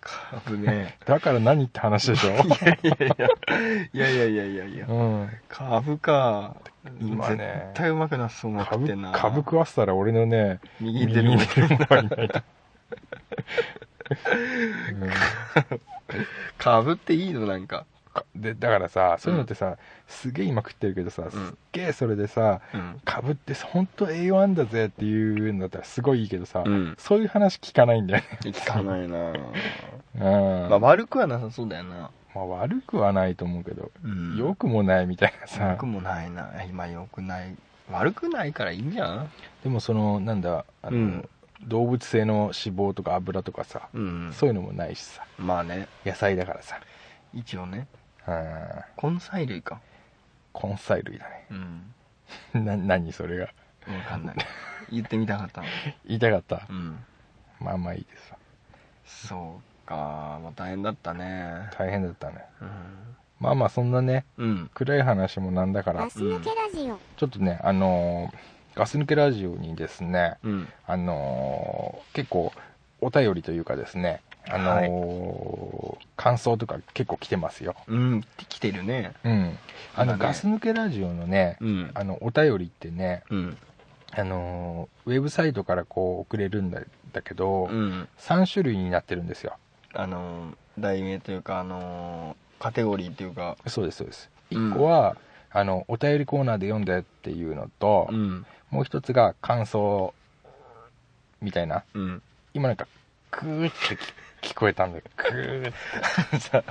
D: カブね
C: だから何って話でし ょ、
D: いやいやいやいやいや
C: うん、
D: カブか
C: 今ね
D: 絶対うまくなさそうな
C: カ
D: 食っ
C: ブ
D: てんな
C: カブ食わせたら俺のね
D: 右手に
C: 右手にはいない と、うん
D: カブっていいのなんか、
C: かでだからさそういうのってさ、すげえ今食ってるけどさ、すっげえそれでさ
D: うん、
C: 株って本当栄養あんだぜっていうんだったらすごいいいけどさ、
D: うん
C: そういう話聞かないんだ よね、
D: 聞かないな
C: うん
D: ま
C: ま
D: あ
C: あ
D: 悪くはなさそうだよな、
C: 悪くはないと思うけど、
D: うん
C: 良くもないみたいな
D: よ
C: さ
D: くもないな今よくない悪くないからいいんじゃん
C: でもそのなんだあの、
D: うん
C: 動物性の脂肪とか油とかさ、
D: うん
C: そういうのもないしさ
D: まあね
C: 野菜だからさ、
D: 一応ね
C: うん、
D: 根菜類か
C: 根菜類だね
D: うん
C: な何それが
D: わかんない言ってみたかったの
C: 言いたかった
D: うん
C: まあまあいいですわ
D: そうかまあ大変だったね
C: 大変だったね
D: うん、
C: まあまあそんなね
D: うん、
C: 暗い話もなんだから
E: ガス抜けラジオ。
C: ちょっとねあのーガス抜けラジオにですね
D: うん
C: あのー結構お便りというかですねあのー感想とか結構来てますよ
D: うんって来てるね
C: うんあの、
D: そうだね
C: ガス抜けラジオのね
D: うん
C: あのお便りってね
D: うん
C: あのーウェブサイトからこう送れるんだだけど、
D: うん
C: 3種類になってるんですよ
D: あの題名というかあのカテゴリーというか
C: そうですそうです
D: うん
C: 1個は、あのお便りコーナーで読んでっていうのと、
D: うん
C: もう一つが感想みたいな
D: うん
C: 今なんかクーってき聞こえたんだけどクーって
D: さ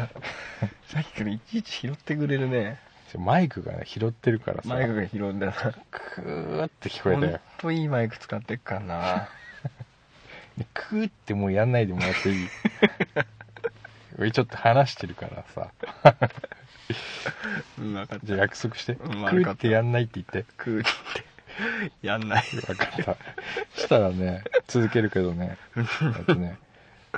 D: さっきからいちいち拾ってくれるね
C: マイクがね拾ってるからさ
D: マイクが拾うんだよな
C: クーって聞こえ
D: ほ
C: た
D: ん
C: よ
D: といいマイク使ってっからな
C: でクーってもうやんないでもらっていい 俺ちょっと話してるからさ
D: うん分かっ
C: じゃあ約束して、
D: うんわ
C: ク
D: かった
C: ーってやんないって言って
D: 食うってやんない
C: 分かったしたらね続けるけどねえっとね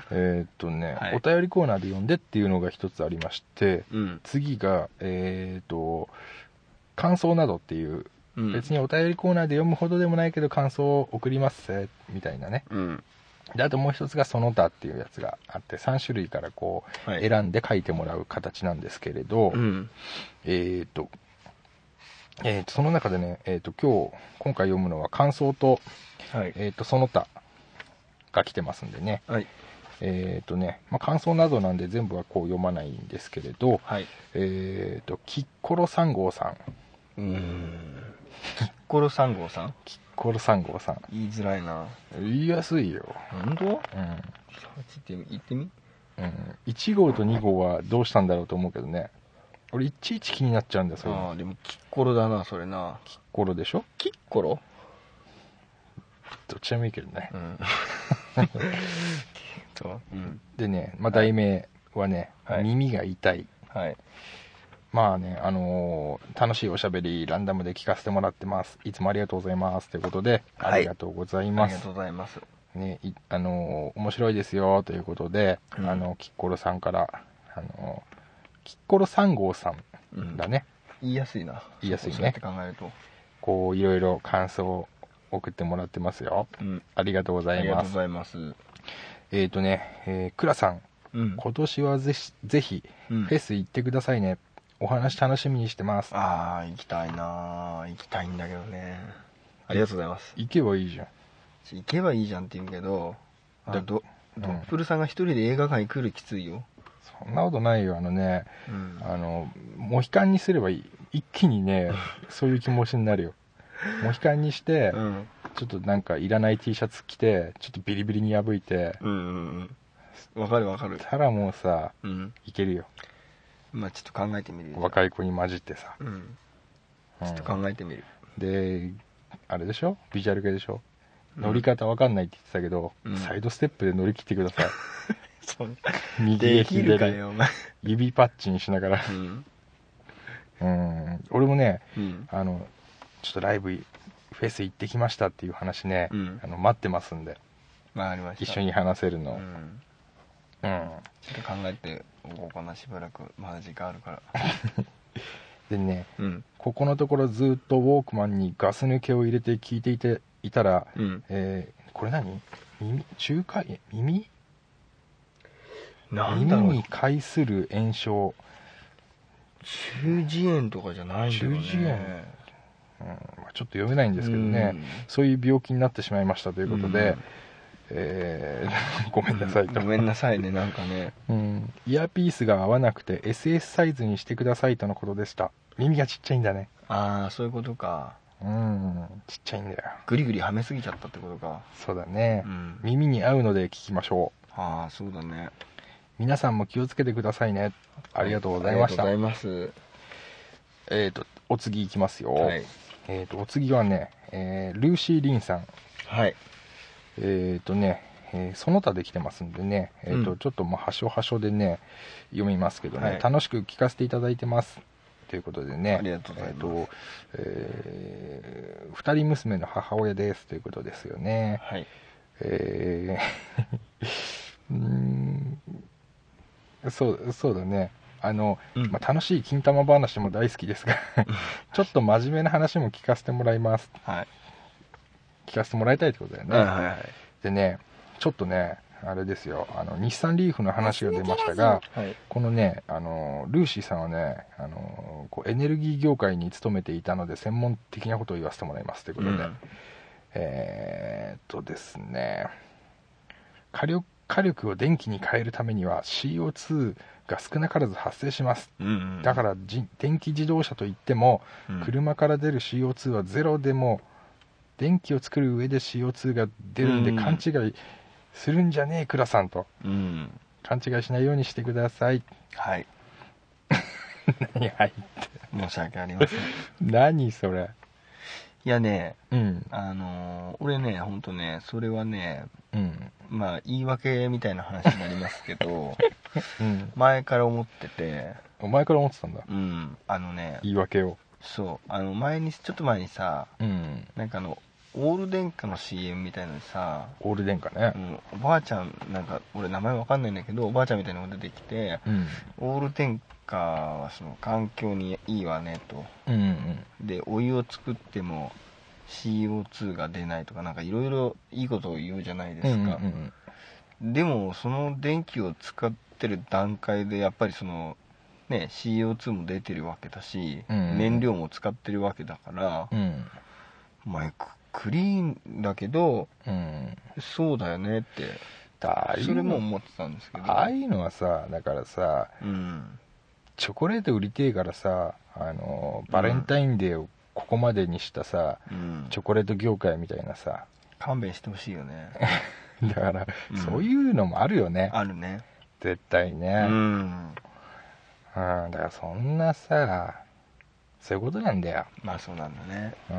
C: えーっとね、
D: はい
C: お便りコーナーで読んでっていうのが一つありまして
D: うん、
C: 次がえーっと感想などっていう、
D: うん、
C: 別にお便りコーナーで読むほどでもないけど感想を送りますぜみたいなね
D: うん
C: であともう一つがその他っていうやつがあって3種類からこう
D: はい
C: 選んで書いてもらう形なんですけれど、
D: うん
C: えーっとえーっとその中でね、えーっと今日今回読むのは感想と
D: はい
C: えー、とその他が来てますんでね、
D: はい
C: えーとねまあ、感想などなんで全部はこう読まないんですけれど、
D: はい
C: えー、とキッコロ3号さん、
D: うんコロ3号さん
C: キッコロ3号さん、
D: 言いづらいな
C: 言いやすいよ、
D: 本当
C: う
D: さっき言って言ってみ
C: んうん、1号と2号はどうしたんだろうと思うけどね、俺、いちいち気になっちゃうんだよ、そういう
D: あ
C: の
D: あでもキッコロだなそれな
C: キッコロでしょ、
D: キッコロ
C: どっちでもいいけどね
D: う。ん とうん
C: でね、まあ、題名はね、
D: はい
C: 耳が痛い。
D: はい
C: まあね、あのー楽しいおしゃべり、ランダムで聞かせてもらってます。いつもありがとうございます。ということで、
D: はい
C: ありがとうござい
D: あ
C: ま
D: りが
C: す
D: と。うございます
C: ね、いあのー面白いですよ、ということで、
D: うん
C: あの、キッコロさんから、あのーキッコロ3号さん
D: うん
C: だね、
D: 言いやすいな
C: 言いやすいね
D: そうやって考えると
C: こう、いろいろ感想を送ってもらってますよ。
D: うん
C: ありがとうござ
D: あ
C: い
D: りがと
C: ま
D: うご
C: す。
D: ざいます
C: えっ、とね、えー、クラさん、
D: うん
C: 今年はぜひ、ぜひ、
D: うん
C: フェス行ってくださいね。お話楽しみにしてます。
D: ああ行きたいなあ行きたいんだけどねありがとうございます
C: 行けばいいじゃん。
D: 行けばいいじゃんって言うけどあ
C: だ
D: ド
C: うん
D: ドップルさんが一人で映画館に来るきついよ、
C: そんなことないよ。あのね、
D: うん
C: あのモヒカンにすればいい一気にねそういう気持ちになるよモヒカンにして、
D: うん
C: ちょっとなんかいらない T シャツ着てちょっとビリビリに破いて
D: うんうんうんわかるわかる
C: たらもうさ
D: うん
C: いけるよ
D: まあちょっと考えてみるよ
C: 若い子に混じってさ、
D: うん
C: うん
D: ちょっと考えてみる
C: であれでしょビジュアル系でしょ
D: うん
C: 乗り方わかんないって言ってたけど、
D: うん
C: サイドステップで乗り切ってください
D: そん
C: 右へ
D: できるか
C: 左へ
D: よお前
C: 指パッチンしながら
D: うん
C: うん俺もね
D: うん
C: あのちょっとライブフェス行ってきましたっていう話ね、
D: うん
C: あの待ってますんで
D: わかりました
C: 一緒に話せる
D: う
C: の
D: ん
C: うん、
D: ちょっと考えておこうかなしばらくまだ時間あるから
C: でね
D: うん
C: ここのところずっとウォークマンにガス抜けを入れて聞いていていたら、
D: うん
C: えーこれ何耳中海耳
D: なんだろ
C: 耳
D: う
C: に介する炎症、
D: 中耳炎とかじゃないんだよね
C: 中耳炎うんまあちょっと読めないんですけどね、
D: うん
C: そういう病気になってしまいましたということで、
D: うん
C: えー ごめんなさいと、
D: ごめんなさいねなんかね
C: うん、イヤーピースが合わなくて SS サイズにしてくださいとのことでした耳がちっちゃいんだね
D: ああそういうことか
C: うんちっちゃいんだよ
D: ぐりぐりはめすぎちゃったってことか
C: そうだね、
D: うん
C: 耳に合うので聞きましょう
D: ああそうだね
C: 皆さんも気をつけてくださいねありがとうございました、
D: ありがとうござい
C: えっ、とお次いきますよ、
D: ますはい
C: えっ、とお次はね、えールーシー・リンさん
D: はい
C: えっ、とね、えーその他できてますんでね、えーと
D: うん
C: ちょっともう端ょ端ょでね読みますけどね、
D: はい
C: 楽しく聞かせていただいてますということでね
D: ありがとうございます
C: えーとえー二人娘の母親ですということですよね
D: はい。
C: えー うーんそうそうだねあの、
D: うん
C: まあ、楽しい金玉話も大好きですがちょっと真面目な話も聞かせてもらいます
D: はい。
C: 聞かせてもらいたいってことだよね、
D: はいはいはい。
C: でねちょっとねあれですよあの日産リーフの話が出ましたが
D: はい。
C: このねあのルーシーさんはねあのこうエネルギー業界に勤めていたので専門的なことを言わせてもらいますということで、
D: うん
C: えーっとですね火力火力を電気に変えるためには CO2 が少なからず発生します
D: うん
C: だからじ電気自動車といっても
D: うん、
C: 車から出る CO2 はゼロでも電気を作る上で CO2 が出るんで
D: うん
C: 勘違いするんじゃねえ倉さんと
D: うん。
C: 勘違いしないようにしてください
D: はい。
C: 何はい
D: 申し訳ありません。い
C: 何それ
D: やね、
C: うん
D: あのー俺ね、ほんとね、それはね、
C: うん
D: まあ、言い訳みたいな話になります けど、
C: うん
D: 前から思ってて、
C: お前から思ってたんだ
D: うん、あのね、
C: 言い訳を
D: そう、あの、前に、ちょっと前にさ、
C: うん
D: なんかあの、オール電化の CM みたいのにさ、
C: オール電化ね
D: うん、おばあちゃん、なんか、俺名前わかんないんだけど、おばあちゃんみたいなのが出てきて、
C: うん
D: オール電化はその環境にいいわねと。
C: うんうん
D: で、お湯を作っても CO2 が出ないとか、なんかいろいろいいことを言うじゃないですか。
C: うんうんうん
D: でも、その電気を使ってる段階で、やっぱりその、ね、CO2 も出てるわけだし、
C: うんうん
D: 燃料も使ってるわけだから、
C: うん
D: お前ククリーンだけど、
C: うん
D: そうだよねって、
C: だい
D: それも
C: ぶ
D: 思ってたんですけど。
C: ああいうのはさだからさ
D: うん。
C: チョコレート売りてえからさあのバレンタインデーをここまでにしたさ、
D: うん
C: チョコレート業界みたいなさ
D: 勘弁してほしいよ ね。
C: だから、
D: うん
C: そういうのもあるよね
D: あるね。
C: 絶対
D: う
C: ね、
D: ん。
C: うん、だからそんなさそういうことなんだよ、
D: まあそうなんだね。
C: うん、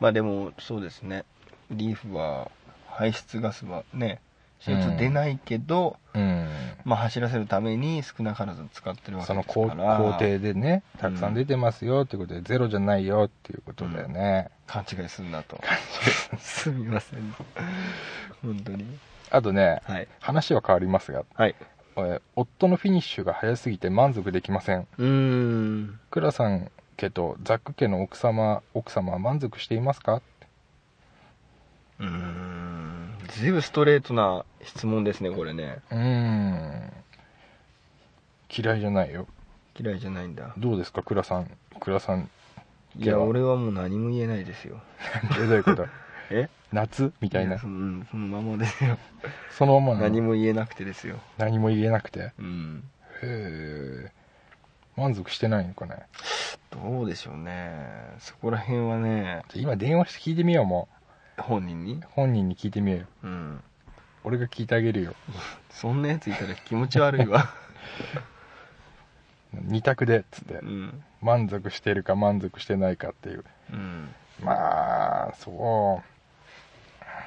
D: まあでも、そうですね。リーフは排出ガスはね、
C: うん
D: CO2 出ないけど、
C: うん、
D: まあ走らせるために少なからず使ってるわけ
C: そ
D: で
C: の
D: すか
C: 工
D: ら。
C: 工程でねたくさん出てますよっていうことで、ゼロじゃないよっていうことだよね、
D: 勘違いすんなと。 すみません。本当に。
C: あとね
D: はい。
C: 話は変わりますが
D: はい。
C: えー夫のフィニッシュが早すぎて満足できません
D: うーん。
C: 倉さん家とザック家の奥様奥様は満足していますか
D: うーん。ずいぶんストレートな質問ですね、これね。
C: うーん嫌いじゃないよ
D: 嫌いじゃないんだ。
C: どうですか倉さん倉さん
D: いや、俺はもう何も言えないですよ。
C: えどういう こと
D: え
C: 夏み
D: み
C: たいな
D: そのうん、そのままですよ。
C: そのままなの
D: 何も言えなくてですよ。
C: 何も言えなくてへ
D: うん。
C: え満足してないのかね
D: どうでしょうね。そこら辺はね、
C: じゃあ今電話して聞いてみようも
D: 本人に
C: う。本人に聞いてみようよ
D: うん。
C: 俺が聞いてあげるよ
D: そんなやついたら気持ち悪いわ。
C: 二択でっつって
D: うん。
C: 満足してるか満足してないかっていう
D: うん。
C: まあそ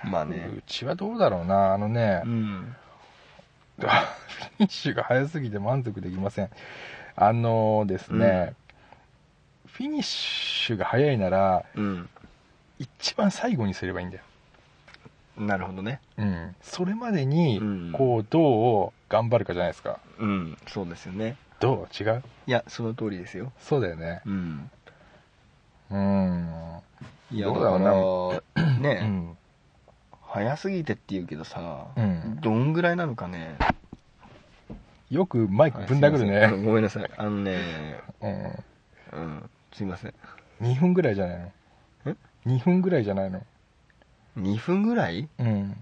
C: う
D: まあ
C: う
D: ね。
C: ちはどうだろうなあのね、
D: う
C: フ
D: ん。
C: ィニッシュが早すぎて満足できませんあのですね、フィニッシュが早いなら
D: うん。
C: 一番最後にすればいいんだよ、
D: なるほどね。
C: うん、それまでに
D: うん
C: こうどう頑張るかじゃないですか
D: うん。そうですよね。
C: どう違う
D: いや、その通りですよ。
C: そうだよね
D: うん。
C: うん
D: いや、
C: ど
D: だ
C: うだろ
D: から、
C: う
D: ね、
C: ん
D: 早すぎてって言うけどさ、
C: うん
D: どんぐらいなのかね。
C: よくマイクぶん殴る
D: はいすいませ
C: ね、
D: んごめんなさい。あのね、
C: うん
D: うん。すいません。
C: 2分ぐらいじゃないの
D: ん
C: 2分ぐらいじゃないの
D: 2分ぐらい
C: うん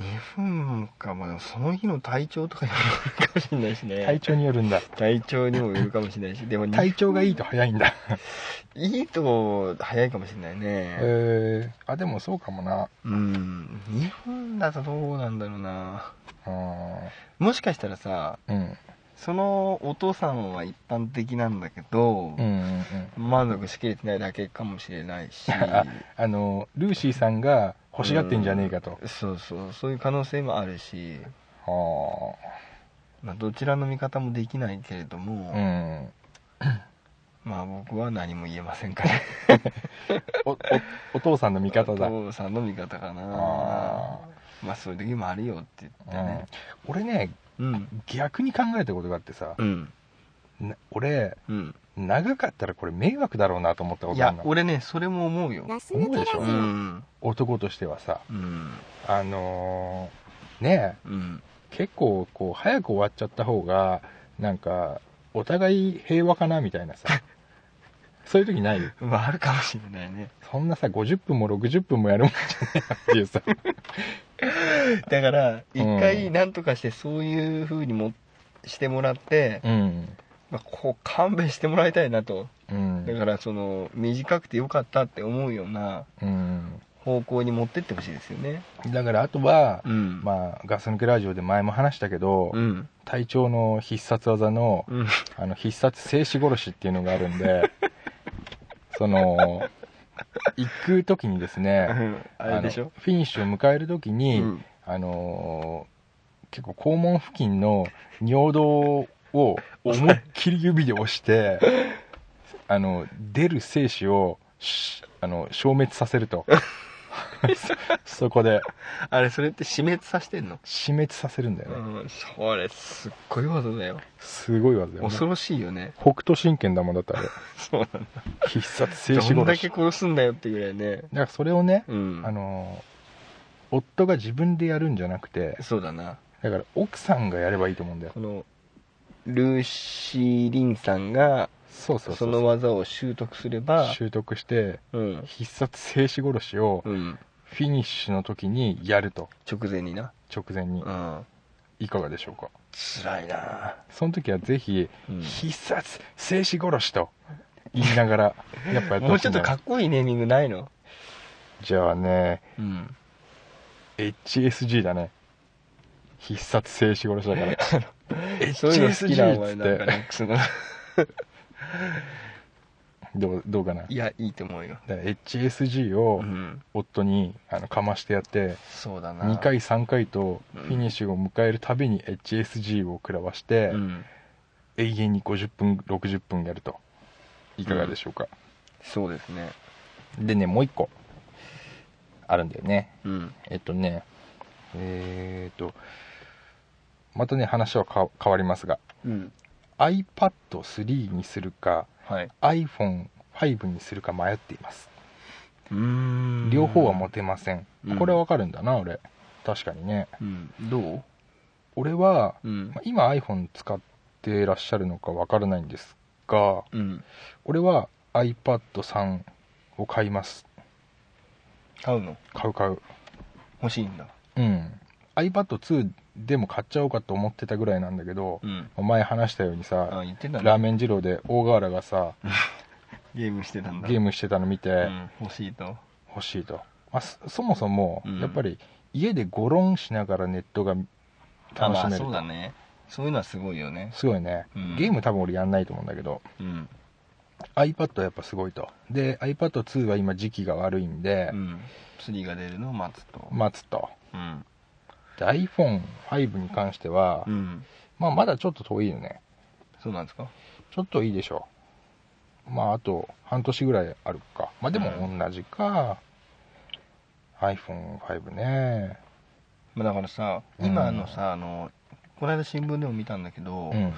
D: 2分か、まあでもその日の体調とかにもよるかもしれないしね。
C: 体調によるんだ
D: 体調にもよるかもしれないし、でも
C: 体調がいいと早いんだ
D: いいと早いかもしれないね。
C: えー、あでもそうかもな
D: うん、2分だとどうなんだろうな。
C: う
D: もしかしたらさ、
C: んうん
D: そのお父さんは一般的なんだけど
C: うんう、ん
D: 満足しきれてないだけかもしれない し、
C: ああのルーシーさんが欲しがってんじゃねえかと、
D: そうそう、そういう可能性もあるし、
C: あ
D: まあ、どちらの見方もできないけれども、
C: うん
D: まあ僕は何も言えませんから
C: おおお父さんの味方
D: お
C: だ
D: 父さんの味方かな
C: あ
D: まあそういう時もあるよって
C: ー
D: 言ってね
C: うん俺ね
D: うん
C: 逆に考えたことがあってさ、
D: うん
C: な俺
D: うん
C: 長かったらこれ迷惑だろうなと思ったこ
D: い
C: とがあ
D: や
C: るの
D: 俺ねそれも思うよ
E: ガス抜けラジ
C: う
E: オ。
C: 思
D: うん
C: 男としてはさ
D: うん
C: あのーね
D: うん
C: え結構こう早く終わっちゃった方がなんかお互い平和かなみたい なさそういう時ないよ
D: まああるかもしれないね
C: そんなさ50分も60分もやるもんじゃねえなって いうさ
D: だから
C: うん
D: 一回何とかしてそういうふうにもしてもらって、
C: うん
D: まあ、こう勘弁してもらいたいなと
C: うん
D: だからその短くてよかったって思うような
C: うん
D: 方向に持ってってほしいですよね
C: だからあとは、
D: うんあ
C: まあガス抜けラジオで前も話したけど、
D: うん
C: 隊長の必殺技の
D: うん
C: あの必殺静止殺しっていうのがあるん でその行く時にですね
D: あれでし
C: あの
D: ょ
C: フィニッシュを迎える時に、
D: うん
C: あの結構肛門付近の尿道を思いっきり指で押してあの出る精子をしあの消滅させる とそそこで
D: あれそれって死滅させてんの
C: 死滅させるんだよね、
D: うんそれすっごい技だよ
C: すごい技だよね
D: 恐ろしいよね
C: 北斗神拳だもんだったら
D: そうなんだ
C: 必殺静止殺し
D: どんだけ殺すんだよってぐらいね
C: だからそれをね、
D: うん
C: あの夫が自分でやるんじゃなくて
D: そうだな
C: だから奥さんがやればいいと思うんだよ
D: このルーシー・リンさんが
C: そうそう
D: そ
C: そう
D: の技を習得すれば
C: 習得して
D: うん、
C: 必殺静止殺しを
D: うん、
C: フィニッシュの時にやると
D: 直前にな
C: 直前に
D: うん
C: いかがでしょうか
D: 辛いな、
C: その時はぜひ
D: うん
C: 必殺静止殺しと言いな がらやっぱやって
D: も
C: ほ
D: う
C: し
D: ち
C: い
D: ょ
C: ん
D: っ
C: だ
D: と
C: よ
D: かっこいいネーミングないの
C: じゃあね
D: うん
C: HSG だね必殺静止殺しだから
D: そういうの好きだ
C: HSG
D: お
C: っつ
D: 前
C: っ
D: なんか
C: て
D: ねその
C: どうどうかない
D: や いいと思うよ
C: だから HSG を
D: うん
C: 夫にあのかましてやって
D: そうだな
C: 2回3回と
D: うん
C: フィニッシュを迎えるたびに HSG を食らわして
D: うん
C: 永遠に50分60分やるといかがでしょうか、
D: そうですね
C: でねもう1個あるんだよね
D: うん
C: えっとねえー、っとまたね話はか変わりますが
D: うん
C: iPad3 にするか
D: はい
C: iPhone5 にするか迷っています
D: うーん
C: 両方は持てません、
D: うん
C: これはわかるんだな俺確かにね
D: うんどう
C: 俺は
D: うん
C: まあ今 iPhone 使ってらっしゃるのかわからないんですが
D: うん
C: 俺は iPad3 を買います
D: 買うの
C: 買う買う
D: 欲しいんだ
C: うん iPad2 でも買っちゃおうかと思ってたぐらいなんだけど、
D: うん
C: お前話したように
D: あ
C: さ
D: 言ってた
C: ラー
D: ね
C: メン二郎で大河原がさ
D: ゲームしてたんだ
C: ゲー
D: ム
C: ムしてたの見
D: う
C: て
D: ん欲しいと
C: 欲しいと、まあそそもそも
D: うん
C: やっぱり家でゴロンしながらネットが
D: あ
C: 楽
D: ま
C: し
D: あ
C: める
D: そうだ
C: と
D: ねそういうのはすごいよね
C: すごいね、
D: うん
C: ゲーム多分俺やんないと思うんだけど
D: うん
C: iPad はやっぱすごいとで iPad2 は今時期が悪いんで、
D: うん3が出るのを待つと
C: 待つと
D: うん
C: で iPhone5 に関しては、
D: うん
C: まあ、まだちょっと遠いよね
D: そうなんですか
C: ちょっといいでしょうまああと半年ぐらいあるかまあでも同じか、iPhone5 ね
D: まあだからさ
C: うん
D: 今のさあのこの間新聞でも見たんだけど
C: うん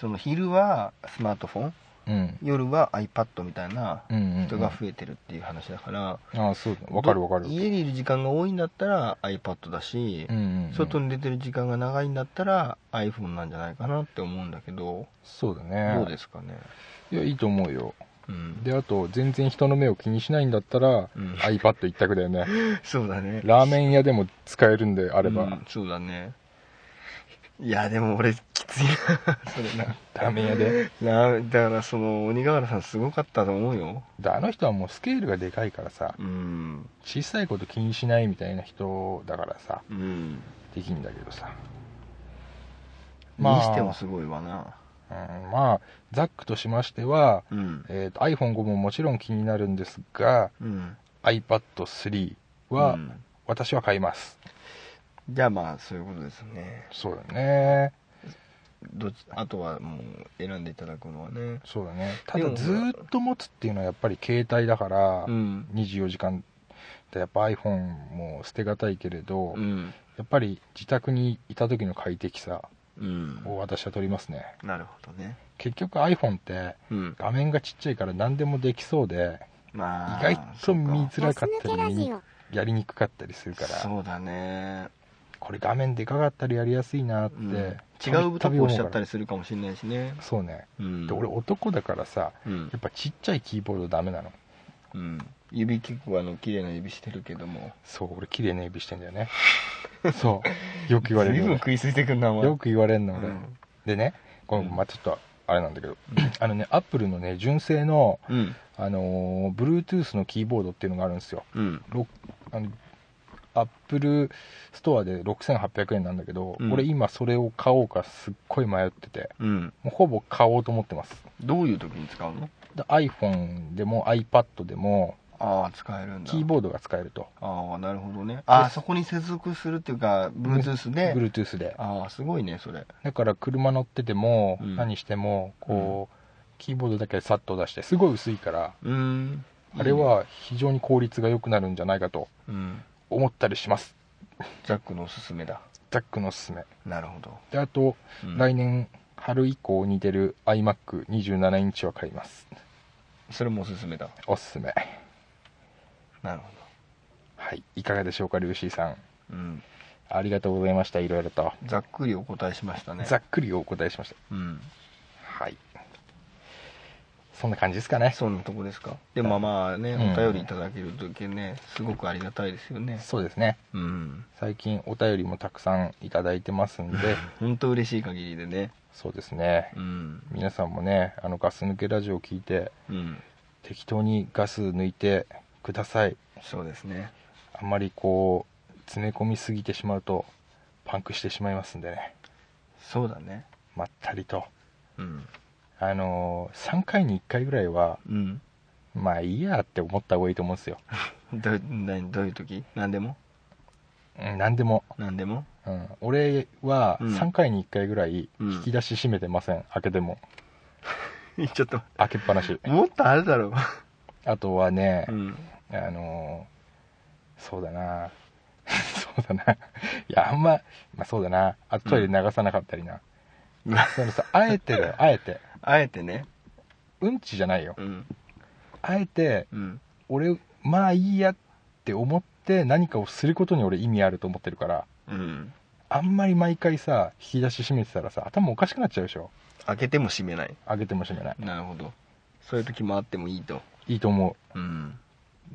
D: その昼はスマートフォン
C: うん
D: 夜は iPad みたいな
C: うんうんうん
D: 人が増えてるっていう話だから
C: ああそうだわかるわかる
D: 家にいる時間が多いんだったら iPad だし
C: うんうんうん
D: 外に出てる時間が長いんだったら iPhone なんじゃないかなって思うんだけど
C: そうだ
D: どう
C: ね
D: ですかね
C: いやいいと思うよ
D: うん
C: であと全然人の目を気にしないんだったら、
D: うん
C: iPad 一択だよ ね
D: そうだね
C: ラーメン屋でも使えるんであれば、
D: うんそうだねいやでも俺きついなそれな
C: ラーメン屋で
D: な だからその鬼瓦さんすごかったと思うよ
C: であの人はもうスケールがでかいからさ
D: うん
C: 小さいこと気にしないみたいな人だからさ
D: うん
C: できんだけどさまあ
D: にしてもすごいわな
C: うんまあザックとしましては、
D: うん
C: えーと iPhone5 ももちろん気になるんですが
D: うん
C: iPad3 は、
D: うん
C: 私は買います
D: じゃあまあそういうことですね
C: そうだね
D: どっちあとはもう選んでいただくのはね
C: そうだねた
D: で
C: だ
D: も
C: ずーっと持つっていうのはやっぱり携帯だから、
D: うん
C: 24時間ってやっぱ iPhone も捨てがたいけれど、
D: うん
C: やっぱり自宅にいた時の快適さ
D: うん
C: を私は取りますね
D: なるほどね
C: 結局 iPhone って
D: うん
C: 画面がちっちゃいから何でもできそうで
D: まあ
C: 意外と見
D: そ
C: づらかったり見
E: ガス抜けラ
C: に
E: ジオ
C: やりにくかったりする
D: う
C: か
D: からそうだね、
C: これ画面でかかったりやりやすいなって、
D: うん、違うと
C: 旅
D: こ押しちゃったり
C: り
D: するかもしれないしね
C: そうね
D: うん
C: で俺男だからさ
D: うん
C: やっぱちっちゃいキーボードダメなの
D: うん、指結構あの綺麗な指してるけども
C: そう俺綺麗な指してんだよねそうよく言われ
D: 随
C: る
D: 分
C: よ
D: 食いついてくんなお前
C: よく言われるの俺、
D: うん
C: でねこれ
D: うん
C: まあちょっとあれなんだけど、あのねアップルのね純正の
D: うん
C: あのー Bluetooth のキーボードっていうのがあるんですよ
D: うん
C: ろあのアップルストアで6800円なんだけど、
D: うん
C: 俺今それを買おうかすっごい迷ってて
D: うん
C: もうほぼ買おうと思ってます
D: どういう時に使うの
C: で iPhone でも iPad でも
D: ああ使えるんだ
C: キーボードが使えると
D: ああなるほどねああそこに接続するっていうか Bluetooth で
C: Bluetooth で
D: ああすごいねそれ
C: だから車乗ってても
D: うん
C: 何してもこう、キーボードだけさっと出してすごい薄いから
D: うん
C: あれは非常に効率が良くなるんじゃないかと
D: うん
C: 思ったりします
D: ザックのおすすめだ
C: ザックのおすすめ
D: なるほど、
C: であと、
D: うん
C: 来年春以降に出る iMac27 インチは買います
D: それもおすすめだ
C: おすすめ
D: なるほ
C: はいいかがでしょうかリュウシーさん
D: ど、うん、
C: ありがとうございましたいろいろと、
D: ざっくりお答えしましたね
C: ざっくりお答えしました
D: うん
C: はいそんな感じですかね
D: そんなとこですかでもまあね、
C: うん
D: お便りいただけるときねすごくありがたいですよね
C: そうですね
D: うん
C: 最近お便りもたくさんいただいてますん で
D: 本当嬉しい限りでね
C: そうですね
D: うん
C: 皆さんもねあのガス抜けラジオを聞いて
D: うん
C: 適当にガス抜いてください
D: そうですね
C: あんまりこう詰め込みすぎてしまうとパンクしてしまいますんでね
D: そうだね
C: まったりと
D: うん
C: あのー3回に1回ぐらいは
D: うん
C: まあいいやって思った方がいいと思うんですよ、
D: ど何どういう時何でも
C: うん、何でも、
D: 何でも
C: うん、俺は
D: うん
C: 3回に1回ぐらい
D: うん
C: 引き出し閉めてません、開けても
D: 言 っちゃった
C: 開けっぱなし
D: もっとあれだろう
C: あとはね、
D: ん
C: あのーそうだな そうだないやあんま、まあ、そうだなあとトイレ流さなかったりな、そのさあえてだよあえて
D: あえてね
C: うんちじゃないよ
D: うん
C: あえて
D: うん
C: 俺まあいいやって思って何かをすることに俺意味あると思ってるから
D: うん
C: あんまり毎回さ引き出し閉めてたらさ頭おかしくなっちゃうでしょ
D: 開けても閉めない
C: 開けても閉めない
D: なるほどそういう時もあってもいいと
C: いいと思
D: うん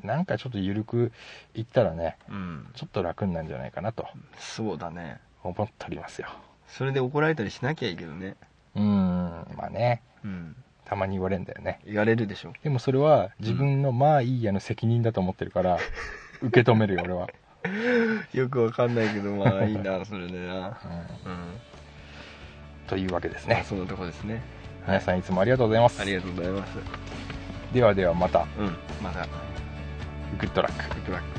C: うなんかちょっと緩くいったらね
D: うん
C: ちょっと楽になるんじゃないかなと
D: そうだね
C: 思っておりますよ
D: それで怒られたりしなきゃいいけどね
C: うーんまあね
D: うん
C: たまに言われんだよね
D: 言われるでしょ
C: でもそれは自分のまあいいやの責任だと思ってる から、受け止めるよ俺は、
D: よくわかんないけどまあいいなそれで な
C: うん
D: うん
C: というわけです
D: まあ
C: ね
D: そんなとこですね
C: 皆さんいつもありがとうございます
D: ありがとうございます
C: ではではまた
D: うんまたグ
C: グッドラック
D: ッドラック